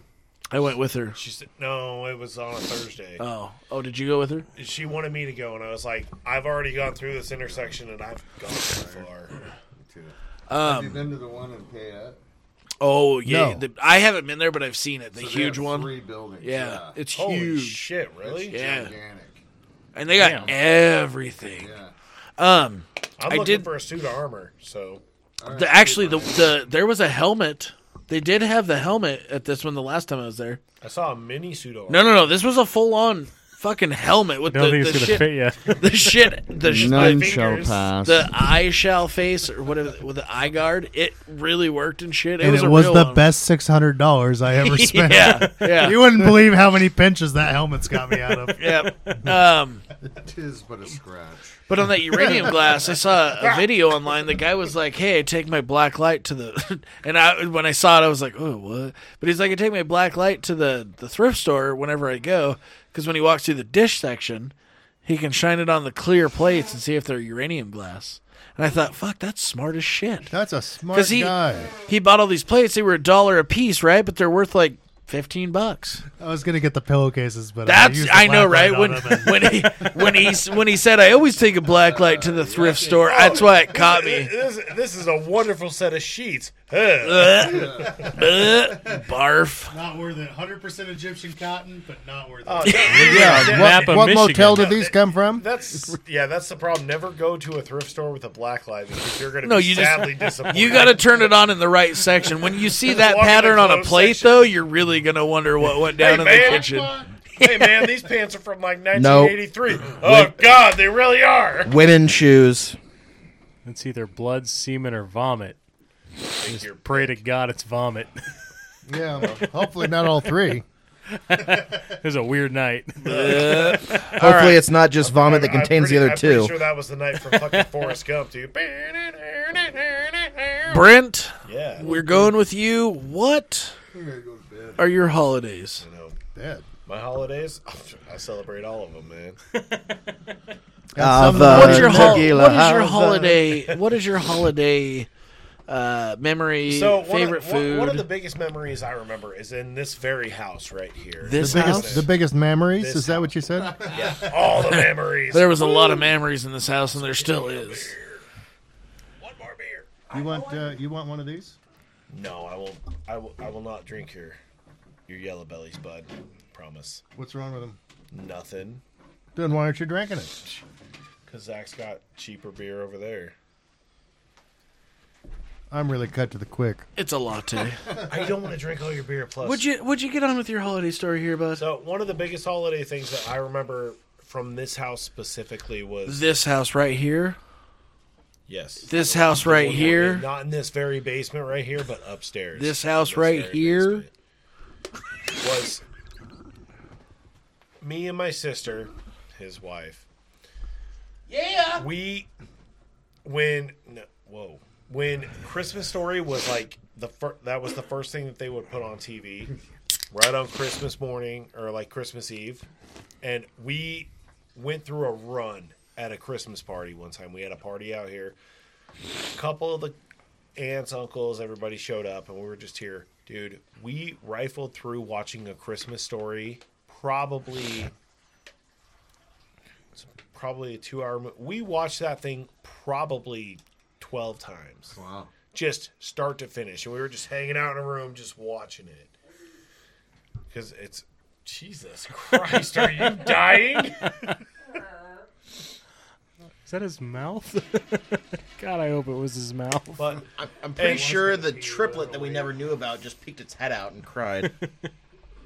A: I went with her.
B: She said, "No, it was on a Thursday."
A: Oh, oh, did you go with her?
B: she wanted me to go, and I was like, "I've already gone through this intersection, and I've gone too far."
F: Have you
A: um,
F: been to the one in Payette?
A: Oh yeah,
C: No.
A: the- I haven't been there, but I've seen it. The
F: So they
A: huge
F: have
A: one.
F: Three buildings.
A: yeah. it's
B: Holy
A: huge,
B: shit! Really?
A: Yeah.
F: Gigantic.
A: and they got
D: Damn.
A: everything.
F: Yeah.
A: Um,
B: I'm
A: I
B: looking
A: did-
B: for a suit of armor. So
A: The, actually, the, the there was a helmet. They did have the helmet at this one the last time I was there.
B: I saw a mini suit of armor.
A: No, no, no. This was a full on fucking helmet with
D: Don't
A: the,
D: think
A: the
D: it's gonna
A: shit,
D: fit yet.
A: the shit, the, sh-
F: None
A: the,
F: shall
B: fingers.
F: pass.
A: the eye shall face or whatever with the eye guard. It really worked and shit. It
G: and
A: was
G: it
A: a
G: was
A: real
G: the
A: one.
G: best six hundred dollars I ever spent.
A: Yeah, yeah.
G: You wouldn't believe how many pinches that helmet's got me out of.
A: Yep. Um,
F: Tis but a scratch.
A: But on that uranium glass, I saw a video online. The guy was like, "Hey, I take my black light to the," and I when I saw it, I was like, "Oh, what?" But he's like, "I take my black light to the the thrift store whenever I go, because when he walks through the dish section, he can shine it on the clear plates and see if they're uranium glass." And I thought, "Fuck, that's smart as shit."
C: That's a smart
A: Because he
C: guy.
A: he bought all these plates. They were a dollar a piece, right? But they're worth like fifteen bucks.
G: I was gonna get the pillowcases, but
A: That's
G: used the
A: I know, right?
G: black light
A: When
G: on them.
A: when he when he s- when he said I always take a black light to the thrift store. That's why it caught me.
B: This, this is a wonderful set of sheets. Ugh.
A: Uh, barf.
H: Not worth it. 100% Egyptian cotton, but not worth it.
B: Uh,
D: Yeah,
C: What,
D: Uh, Napa,
C: what
D: Michigan.
C: motel did these come from?
B: That's yeah, that's the problem. Never go to a thrift store with a black light because you're gonna
A: No,
B: be
A: you just-
B: sadly disappointed.
A: You got to turn it on in the right section. When you see that
B: Walk in the
A: pattern on a
B: closed
A: plate,
B: section.
A: though, you're really gonna wonder what went down in
B: man.
A: the kitchen.
B: Hey man, these pants are from like 1983. Oh God, they really are.
E: Women shoes.
D: It's either blood, semen, or vomit. Just
B: your
D: pray to God it's vomit.
C: Yeah, well, hopefully not all three.
D: it was a weird night.
E: Hopefully, it's not just vomit that
B: I'm
E: contains
B: pretty-
E: the other
B: I'm pretty
E: two.
B: Sure, that was the night from fucking Forrest Gump, dude.
A: Brent,
B: Yeah,
A: we're going with you. What are your holidays?
B: you know,
C: Dead.
B: my holidays, I celebrate all of them, man.
E: Of,
C: Some of
A: What's
E: uh,
A: your hol-
E: tequila,
A: What is your
E: how's
C: uh,
E: that?
A: holiday? What is your holiday? Uh, memory,
B: So one
A: favorite
B: of, the- one-
A: food.
B: One, of the biggest memories I remember is in this very house right here.
A: this
C: biggest,
A: house?
C: the biggest memories.
B: This
C: Is that what you said?
B: all the memories.
A: There was a lot of memories in this house, and there still is.
B: One more beer.
C: You want uh, you want one of these?
B: No, I will. I will. I will not drink your your yellow bellies, bud. Promise.
C: What's wrong with them?
B: Nothing.
C: Then why aren't you drinking it?
B: Cause Zach's got cheaper beer over there.
C: I'm really cut to the quick.
A: It's a latte.
B: I don't want to drink all your beer. Plus,
A: would you Would you get on with your holiday story here, bud?
B: So one of the biggest holiday things that I remember from this house specifically was
A: This house right here.
B: yes,
A: This house right here.
B: not in this very basement right here, but upstairs.
A: This house
B: In
A: right
B: very
A: here.
B: basement was me and my sister, his wife. Yeah. We when no, whoa when Christmas Story was like the fir- that was the first thing that they would put on TV right on Christmas morning or like Christmas Eve, and we went through a run at a Christmas party one time. We had a party out here. A couple of the aunts, uncles, everybody showed up, and we were just here, dude. We rifled through watching a Christmas Story, probably it's probably a two-hour. mo- We watched that thing probably twelve times. Wow. Just start to finish, and we were just hanging out in a room, just watching it. Because it's Jesus Christ, are you dying?
D: Is that his mouth? God, I hope it was his mouth.
B: But
E: I'm pretty
B: Hey.
E: sure the triplet that we never knew about just peeked its head out and cried.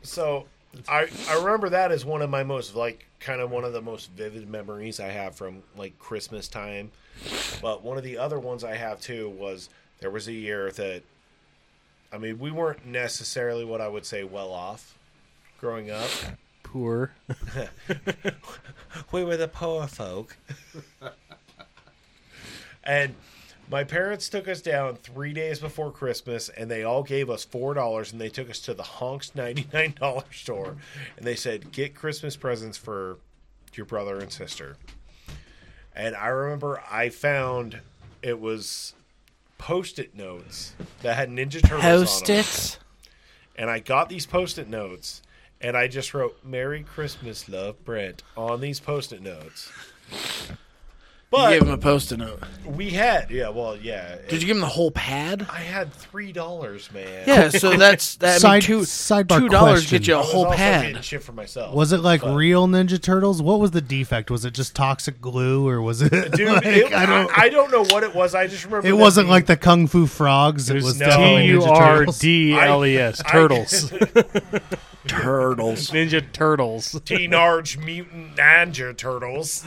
B: so I I remember that as one of my most like kind of one of the most vivid memories I have from like Christmas time. But one of the other ones I have too was there was a year that I mean, we weren't necessarily what I would say well off growing up.
D: Poor.
B: we were the poor folk. and my parents took us down three days before Christmas, and they all gave us four dollars, and they took us to the Honks ninety nine dollar store, and they said, "Get Christmas presents for your brother and sister." And I remember I found it was post-it notes that had Ninja Turtles on 'em
A: Post-its.
B: and I got these post-it notes, and I just wrote "Merry Christmas, love, Brent" on these post-it notes. But
A: you gave him a post-it note.
B: we had, yeah, well, yeah.
A: Did you give him the whole pad?
B: I had three dollars, man.
A: Yeah, so that's that. I mean,
G: Side-
A: two
G: sidebar
A: two dollars
G: question.
A: get you
B: I
A: a
B: was
A: whole
B: also
A: pad.
B: Getting shit for myself.
G: Was it like
B: But-
G: real Ninja Turtles? What was the defect? Was it just toxic glue, or was it?
B: Dude,
G: like,
B: it-
G: I don't.
B: I, don't know what it was. I just remember
G: it
B: that
G: wasn't
B: being-
G: like the Kung Fu frogs. It
B: There's
G: was
B: no-
G: definitely
D: T U
G: Ninja
D: R
G: Turtles.
D: D L E S
B: I-
D: turtles.
A: Turtles.
D: Ninja turtles.
B: Teenage Mutant Ninja Turtles.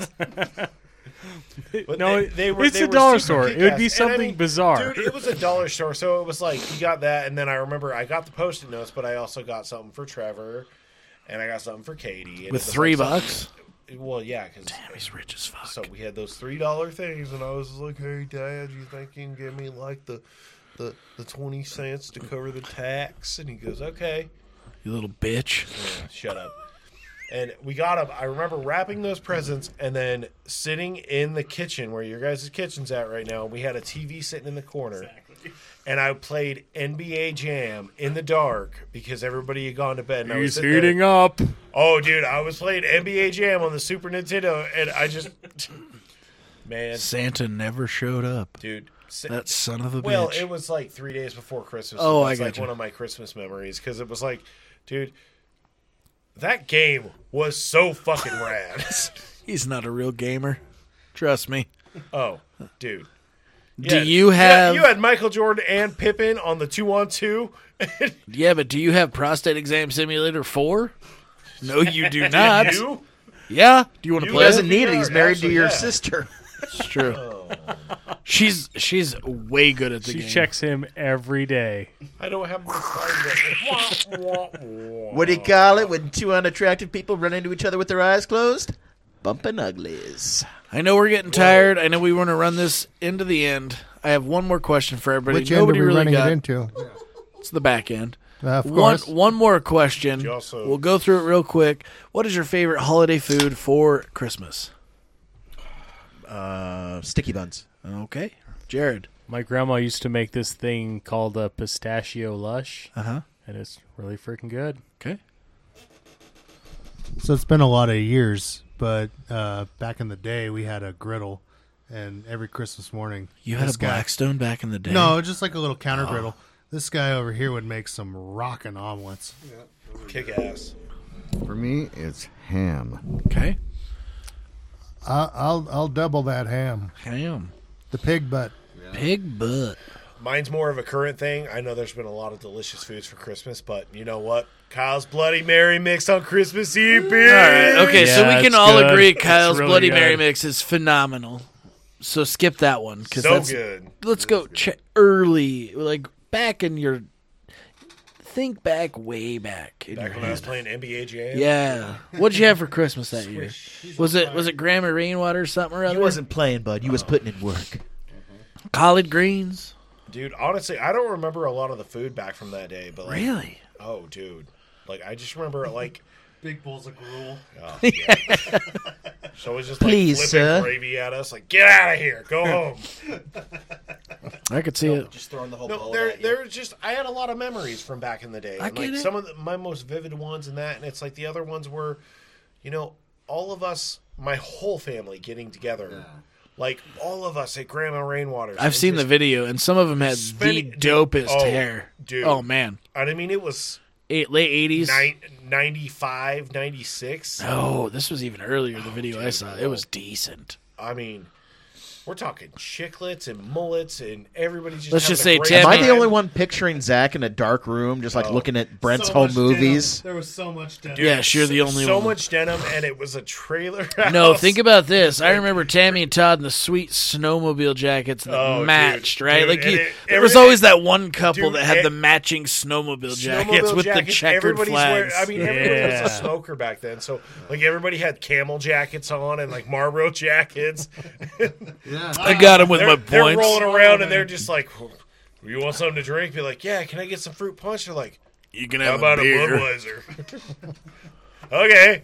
B: But
D: No,
B: they, they were,
D: it's
B: they
D: a
B: were
D: dollar
B: super
D: store. It would be
B: kick-ass. And I
D: something
B: mean,
D: bizarre.
B: Dude, it was a dollar store, so it was like you got that, and then I remember I got the post-it notes, but I also got something for Trevor, and I got something for Katie. And it
A: With
B: was
A: three
B: like something-
A: bucks?
B: Well, yeah, because
A: He's rich as fuck.
B: so we had those three dollar things, and I was like, "Hey, Dad, you think you can give me like the the the twenty cents to cover the tax?" And he goes, "Okay."
A: you little bitch.
B: Yeah, shut up. And we got up. I remember wrapping those presents and then sitting in the kitchen where your guys' kitchen's at right now. We had a TV sitting in the corner. And I played NBA Jam in the dark because everybody had gone to bed. And I was
D: He's
B: sitting there-
D: heating up.
B: Oh, dude, I was playing NBA Jam on the Super Nintendo, and I just, man,
A: Santa never showed up.
B: dude, si-
A: That son of a
B: well,
A: bitch.
B: it was like three days before Christmas.
A: Oh,
B: and
A: I
B: that's, like
A: gotcha.
B: one of my Christmas memories because it was like, dude, that game was so fucking rad.
A: He's not a real gamer. Trust me.
B: oh, dude.
A: Do
B: Yeah,
A: you
B: yeah,
A: have
B: you had Michael Jordan and Pippen on the two on two?
A: Yeah, but do you have prostate exam simulator 4? No, you do not.
B: You?
A: Yeah. Do you want to
B: You
A: play?
B: as
A: it?
E: doesn't need it. He's married
B: Actually,
E: to your
B: yeah.
E: sister.
A: It's true. She's she's way good at the
D: She
A: game.
D: checks him every day.
B: I don't have. My
E: What do you call it when two unattractive people run into each other with their eyes closed? Bumping uglies.
A: I know we're getting tired. I know we want to run this into the end. I have one more question for everybody.
C: Which end are
A: Nobody
C: we
A: really
C: running
A: got
C: it into?
A: it's the back end.
C: of
A: One
C: course.
A: one more question.
B: You also-
A: We'll go through it real quick. What is your favorite holiday food for Christmas?
E: Uh, sticky buns.
A: Okay, Jared.
D: My grandma used to make this thing called a pistachio lush,
C: Uh-huh.
D: and it's really freaking good.
A: Okay.
G: So it's been a lot of years, but uh, back in the day, we had a griddle, and every Christmas morning,
A: You had
G: this
A: a
G: guy-
A: Blackstone back in the day.
G: No, just like a little counter griddle. This guy over here would make some rockin' omelets.
B: Kick ass.
F: For me, it's ham.
A: Okay.
C: I, I'll I'll double that ham.
A: Ham.
C: The pig butt.
A: Pig butt.
B: Mine's more of a current thing. I know there's been a lot of delicious foods for Christmas, but you know what? Kyle's Bloody Mary mix on Christmas Eve, bitch.
A: Okay, so
D: Yeah,
A: we can
D: it's
A: all
D: good.
A: agree
D: It's
A: Kyle's
D: really
A: Bloody
D: good.
A: Mary mix is phenomenal. So skip that one because
B: So
A: that's
B: good.
A: let's go ch- early, like back in your think back way back in
B: Back
A: your
B: when I was
A: head.
B: playing NBA Jam.
A: Yeah, what'd you have for Christmas that year? Was it was it graham and rainwater or something or
E: You
A: other?
E: wasn't playing, bud. You was putting in work.
A: collard greens.
B: Dude, honestly, I don't remember a lot of the food back from that day, but like,
A: Really?
B: oh, dude. Like, I just remember, like, Oh,
G: Big bowls of gruel.
B: so it was just like
E: Please,
B: flipping
E: sir.
B: gravy at us, like, get out of here, go home.
A: I could see it.
E: Just throwing the whole
B: no, there, there was just, I had a lot of memories from back in the day.
A: I
B: and, like,
A: get it.
B: some of the, my most vivid ones and that, and it's like the other ones were, you know, all of us, my whole family getting together. Like, all of us at Grandma Rainwater's.
A: I've
B: and
A: seen the
B: just-
A: video, and some of them had
B: Spinning-
A: the dopest
B: Oh,
A: hair.
B: dude.
A: Oh man,
B: I mean, it was
A: Eight, late eighties.
B: nine, 95, 96.
A: Oh, this was even earlier. The video I saw, it was decent.
B: I mean, we're talking chiclets and mullets, and everybody's just.
A: Let's
B: having
A: just
B: a
A: say
B: great
A: Tim-
E: Am I the
B: time.
E: only one picturing Zach in a dark room, just like looking at Brent's whole movies?
G: There was so much denim.
A: yes, you're the
B: So-
A: only
B: So
A: one.
B: much denim, and it was a trailer.
A: No,
B: house.
A: think about this. I remember Tammy and Todd in the sweet snowmobile jackets that
B: Oh, dude.
A: matched, right?
B: Dude,
A: like you,
B: and it-
A: there was
B: every-
A: always that one couple
B: dude,
A: that had
B: it-
A: the matching snowmobile jackets
B: Snowmobile
A: with the
B: jackets,
A: checkered
B: everybody's wearing-
A: flags.
B: I mean, everybody was a
D: Yeah.
B: smoker back then, so like everybody had camel jackets on and like Marlboro jackets.
A: I got him with
B: They're,
A: my
B: they're rolling
A: points. Oh,
B: around and they're just like, "You want something to drink?" Be like, "Yeah, can I get some fruit punch?" They're like,
A: You can
B: "How
A: have
B: about
A: a
B: a
A: beer.
B: Budweiser?" okay,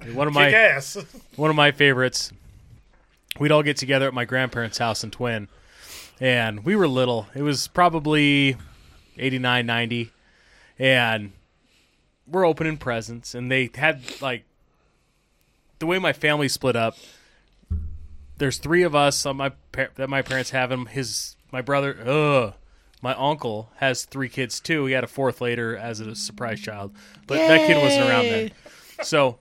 B: kick
D: One of my
B: ass.
D: one of my favorites. We'd all get together at my grandparents' house in Twin, and we were little. It was probably 89, 90, and we're opening presents, and they had like the way my family split up. there's three of us on my par- that my parents have him. His my brother, ugh, my uncle has three kids too. He had a fourth later as a surprise child, but that kid wasn't around then. So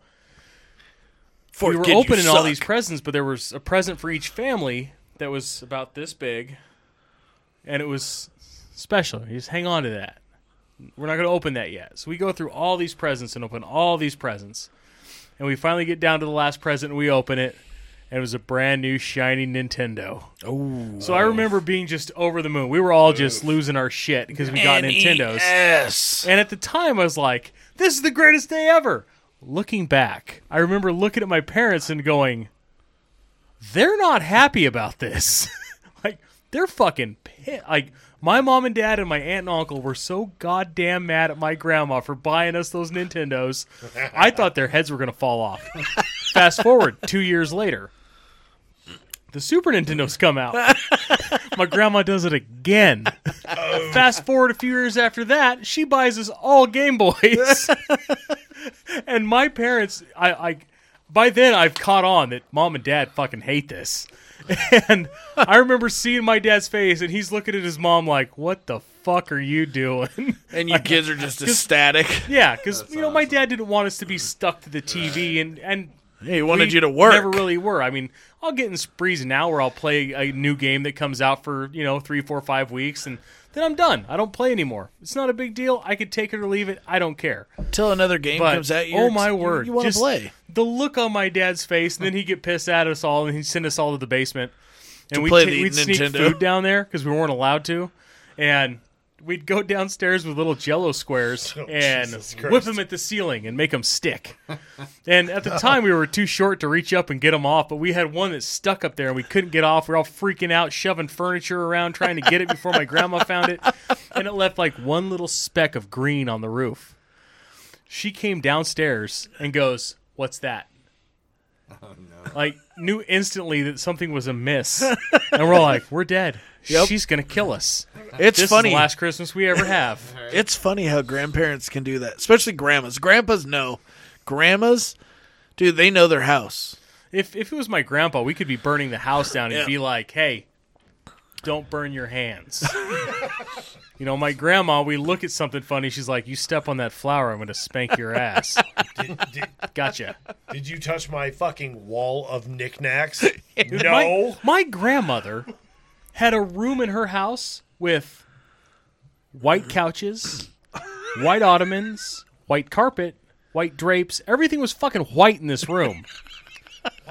D: we were opening all these presents, but there was a present for each family that was about this big, and it was special. You just hang on to that. We're not going to open that yet. So we go through all these presents and open all these presents, and we finally get down to the last present and we open it, and it was a brand new shiny Nintendo. Oh! So I remember being just over the moon. We were all just losing our shit because we got
A: E
D: Nintendos.
A: Yes.
D: And at the time, I was like, this is the greatest day ever. Looking back, I remember looking at my parents and going, they're not happy about this. like, they're fucking pissed. Like, my mom and dad and my aunt and uncle were so goddamn mad at my grandma for buying us those Nintendos. I thought their heads were going to fall off. Fast forward two years later, the Super Nintendo's come out. my grandma does it again. Fast forward a few years after that, she buys us all Game Boys. and my parents, I, I, by then I've caught on that mom and dad fucking hate this. And I remember seeing my dad's face, and he's looking at his mom like, "What the fuck are you doing?"
A: And you kids are just ecstatic.
D: yeah, because you know my dad didn't want us to be stuck to the TV, and and
A: He wanted
D: we
A: you to work.
D: Never really were. I mean, I'll get in sprees now where I'll play a new game that comes out for you know three, four, five weeks, and then I'm done. I don't play anymore. It's not a big deal. I could take it or leave it. I don't care.
A: Until another game
D: But
A: comes at you.
D: oh my
A: you-
D: word,
A: You, want
D: Just
A: to play?
D: The look on my dad's face, and then he'd get pissed at us all, and he'd send us all to the basement, and we'd,
A: play
D: ta-
A: the
D: we'd sneak
A: Nintendo.
D: food down there because we weren't allowed to, and. We'd go downstairs with little Jello squares and
B: Oh, Jesus
D: whip
B: Christ.
D: them at the ceiling and make them stick. And at the time, we were too short to reach up and get them off, but we had one that stuck up there and we couldn't get off. We were all freaking out, shoving furniture around, trying to get it before my grandma found it. And it left like one little speck of green on the roof. She came downstairs and goes, What's that?
B: Oh,
D: Like, knew instantly that something was amiss. And we're like, We're dead.
A: Yep.
D: She's going to kill us.
A: It's
D: this
A: funny.
D: is the last Christmas we ever have.
A: It's funny how grandparents can do that, especially grandmas. Grandpas know. Grandmas, dude, they know their house.
D: If if it was my grandpa, we could be burning the house down and
A: Yeah.
D: be like, "Hey, don't burn your hands." you know, my grandma, we look at something funny. She's like, "You step on that flower, I'm going to spank your ass."
B: Did, did,
D: Gotcha.
B: did you touch my fucking wall of knickknacks? no.
D: My, my grandmother had a room in her house with white couches, white ottomans, white carpet, white drapes. Everything was fucking white in this room.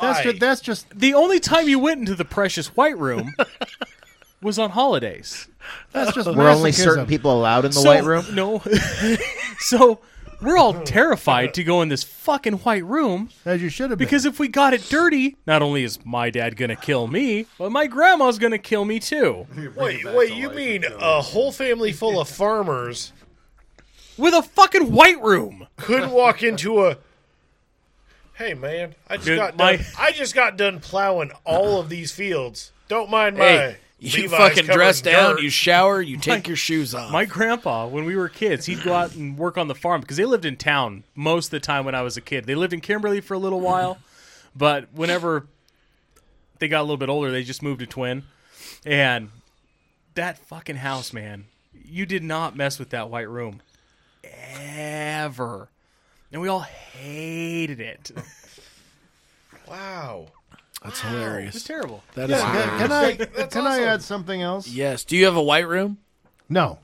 C: That's
B: Why?
C: just, that's just
D: the only time you went into the precious white room was on holidays.
C: that's just
E: Were only
C: masochism.
E: certain people allowed in the
D: So-
E: white room?
D: No. so we're all terrified to go in this fucking white room
C: as you should have been.
D: because if we got it dirty, not only is my dad gonna kill me, but my grandma's gonna kill me too.
B: Wait, wait, you mean a whole family full of farmers
D: With a fucking white room.
B: couldn't walk into a Hey man, I just
D: Dude,
B: got
D: my-
B: done I just got done plowing all of these fields. Don't mind my
A: Hey, you
B: Levi's
A: fucking
B: covered
A: dress
B: in
A: down,
B: dirt.
A: you shower, you take your shoes off.
D: My grandpa, when we were kids, he'd go out and work on the farm because they lived in town most of the time when I was a kid. They lived in Kimberly for a little while, but whenever they got a little bit older, they just moved to Twin. And that fucking house, man, you did not mess with that white room ever. And we all hated it. It
B: Wow.
A: That's
D: was
A: hilarious.
D: terrible.
A: That
C: Yeah,
A: is
C: can- Can I can I add something else?
A: Yes. Do you have a white room?
C: No,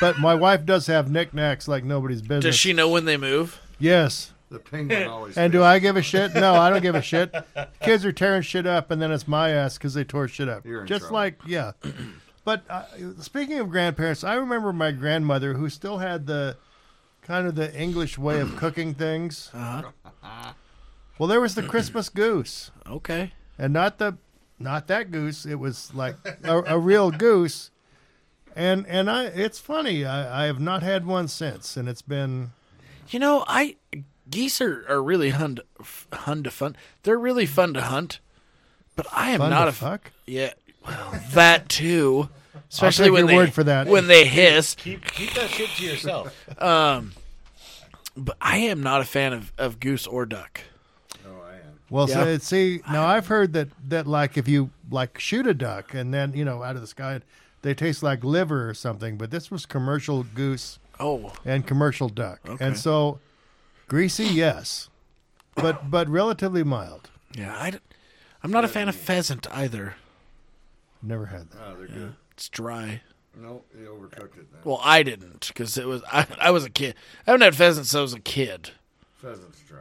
C: but my wife does have knickknacks like nobody's business.
A: Does she know when they move?
C: Yes.
F: The penguin always.
C: And
F: stays.
C: do I give a shit? No, I don't give a shit. Kids are tearing shit up, and then it's my ass because they tore shit up.
F: You're in
C: Just
F: trouble.
C: like yeah. But uh, speaking of grandparents, I remember my grandmother who still had the kind of the English way of cooking things. Uh-huh. Well, there was the Christmas goose,
A: Okay.
C: and not the not that goose. It was like a, a real goose. And and I, it's funny. I, I have not had one since, and it's been
A: You know, I geese are, are really hunt f- hunt to fun. They're really fun to hunt, but I am
C: fun
A: not
C: to
A: a f-
C: fuck.
A: yeah. Well, that too, especially
C: take
A: when
C: your
A: they
C: word for that.
A: when they hiss.
B: Keep keep that shit to yourself.
A: But I am not a fan of, of goose or duck.
F: Oh, I am.
C: Well,
A: Yeah.
C: so, see, now I've heard that that like if you like shoot a duck and then you know out of the sky, they taste like liver or something. But this was commercial goose
A: Oh,
C: and commercial duck,
A: Okay.
C: and so greasy, yes, but but relatively mild.
A: yeah. I, am not a fan of pheasant either.
C: Never had that.
F: Oh, they're good.
A: It's dry.
F: No, you overcooked it. Then.
A: Well, I didn't because it was I, I was a kid. I haven't had pheasant since I was a kid.
F: Pheasant's dry.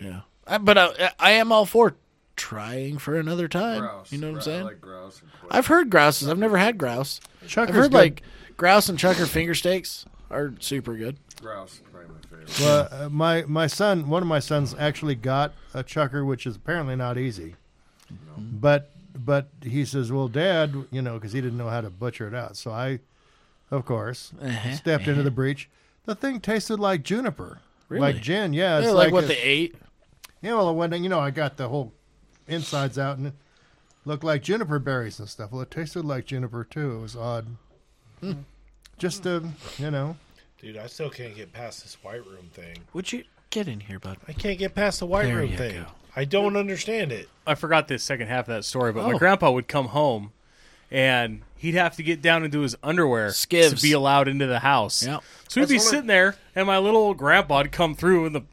A: Yeah, I, but I, I am all for trying for another time.
F: Grouse.
A: You know what I'm
F: Gro-
A: saying?
F: I like grouse and quail.
A: I've heard grouses. I've never had grouse.
C: Chucker's
A: I've heard
C: good.
A: like grouse and chucker finger steaks are super good.
F: grouse is probably my favorite.
C: Well, uh, my my son, one of my sons actually got a chucker, which is apparently not easy. But but he says, "Well, Dad, you know, because he didn't know how to butcher it out." So I, of course,
A: Uh-huh.
C: stepped into the breach. The thing tasted like juniper,
A: Really?
C: like gin. Yeah, it's
A: Yeah, like, what
C: a-
A: they ate.
C: yeah. Well, when you know, I got the whole insides out and it looked like juniper berries and stuff. Well, it tasted like juniper too. It was odd.
A: Hmm.
C: Just to you know,
B: Dude, I still can't get past this white room thing.
A: Would you get in here, bud?
B: I can't get past the white
A: There
B: room
A: you
B: thing.
A: go.
B: I don't understand it.
D: I forgot the second half of that story, but
A: Oh.
D: my grandpa would come home and he'd have to get down into his underwear
A: Skivs.
D: to be allowed into the house.
A: Yep.
D: So he'd be
F: one of-
D: sitting there, and my little grandpa'd come through with a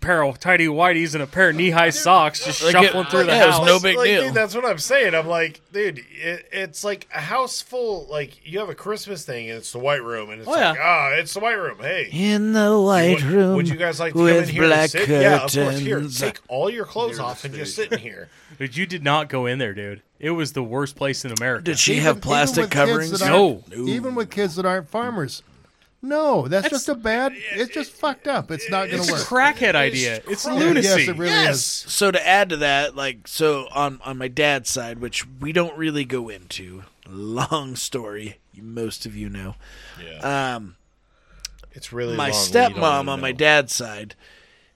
D: pair of tidy whities and a pair of knee high socks, just
A: Like it-
D: shuffling through the
A: yeah, it was
D: house.
A: no big
B: like,
A: deal.
B: Dude, that's what I'm saying. I'm like, dude, it, it's like a house full. Like you have a Christmas thing, and it's the white room, and it's
D: Oh,
B: like,
D: yeah.
B: ah, it's the white room. Hey,
A: In the white
B: would,
A: room.
B: would you guys like to come in
A: with
B: here
A: black
B: and sit?
A: curtains?
B: Yeah, of course. Here, take all your clothes
F: Near the
B: off and just
F: stage.
B: sit in here.
D: Dude, you did not go in there, dude. It was the worst place in America.
A: Did she
C: Even-
A: have
C: even
A: plastic
C: with kids
A: coverings?
C: that
D: No.
C: aren't- Even with kids that aren't farmers. No, that's, just a bad. It's just fucked up. It's not going
D: it's
C: to
D: a
C: work.
D: crackhead idea. It's
B: crazy.
D: lunacy.
C: Yes, it really is.
B: yes.
A: So to add to that, like so on on my dad's side, which we don't really go into. Long story, most of you know. Yeah. Um,
B: It's really long.
A: my
B: We don't
A: stepmom
B: even
A: on my
B: know.
A: dad's side,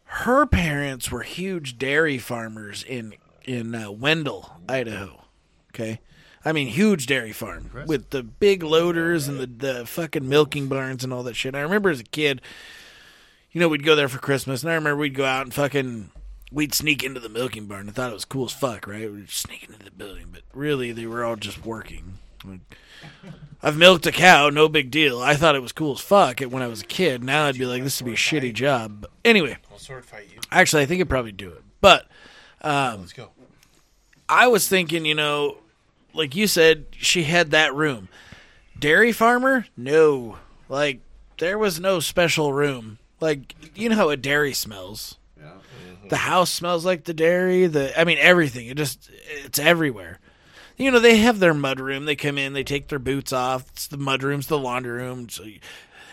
A: her parents were huge dairy farmers in in uh, Wendell, Idaho. Okay, I mean huge dairy farm with the big loaders and the the fucking milking barns and all that shit. I remember as a kid, you know, we'd go there for Christmas, and I remember we'd go out and fucking. We'd sneak into the milking barn. I thought it was cool as fuck, right? We'd sneak into the building, but really they were all just working. Like, I've milked a cow, no big deal. I thought it was cool as fuck when I was a kid. Now I'd be like, this would be a shitty job. But anyway,
B: I'll sword fight you.
A: actually, I think I'd probably do it. But
B: Let's go.
A: I was thinking, you know, like you said, she had that room. Dairy farmer? No. Like, there was no special room. Like, you know how a dairy smells.
F: Yeah.
A: The house smells like the dairy. The I mean, everything. It just it's everywhere. You know, they have their mud room. They come in, they take their boots off. It's the mud room's the laundry room. So you,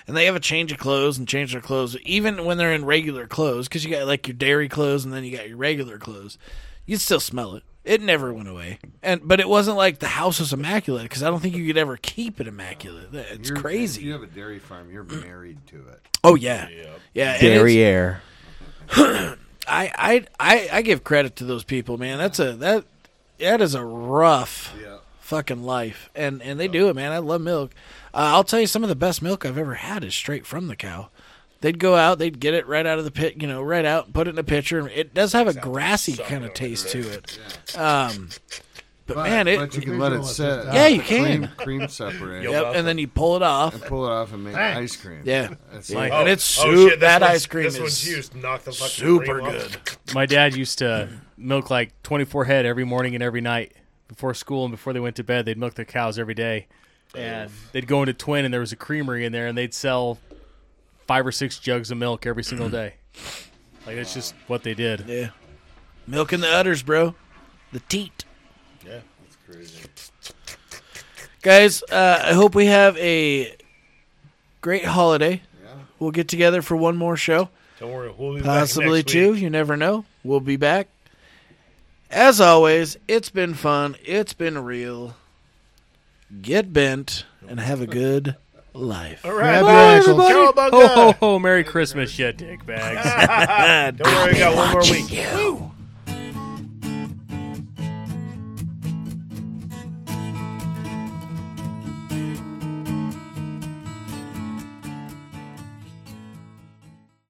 A: and they have a change of clothes and change their clothes even when they're in regular clothes because you got like your dairy clothes and then you got your regular clothes you'd still smell it it never went away and but it wasn't like the house was immaculate because i don't think you could ever keep it immaculate it's
F: You're-
A: crazy
F: You have a dairy farm. You're married to it.
A: oh yeah yeah and it's-
E: Derriere.
A: I, I I I give credit to those people man that's a that that is a rough
F: Yeah.
A: fucking life and and they do it man i love milk uh, i'll tell you some of the best milk i've ever had is straight from the cow they'd go out they'd get it right out of the pit you know right out put it in a pitcher it does have a grassy kind of taste to it um but, man it
F: but you can let it sit.
A: Yeah, you can.
F: Cream, cream separate.
A: yep, and then you pull it off
F: And pull it off and make ice cream.
A: yeah
F: That's
A: Yeah.
F: like-
A: and it's
B: Oh,
A: su-
B: shit, this
A: that
B: one's-
A: ice cream
B: This
A: is
B: one's used. Knock the fucking
A: super
B: cream off.
A: good
D: My dad used to milk like 24 head every morning and every night before school and before they went to bed. They'd milk their cows every day. And they'd go into Twin and there was a creamery in there and they'd sell five or six jugs of milk every single day. Like that's just what they did.
A: yeah milk in the udders bro the teat guys uh, i hope we have a great holiday we'll get together for one more show
B: Don't worry, we'll be back
A: possibly
B: next
A: two
B: Week.
A: you never know we'll be back as always it's been fun it's been real get bent and have a good life
B: All right,
C: Grab your
B: bye,
C: ankles.
B: Cowabunga.
D: Oh, Ho ho ho! Merry Christmas, you dick bags.
A: Oh,
B: Don't worry, we got one more week.
A: you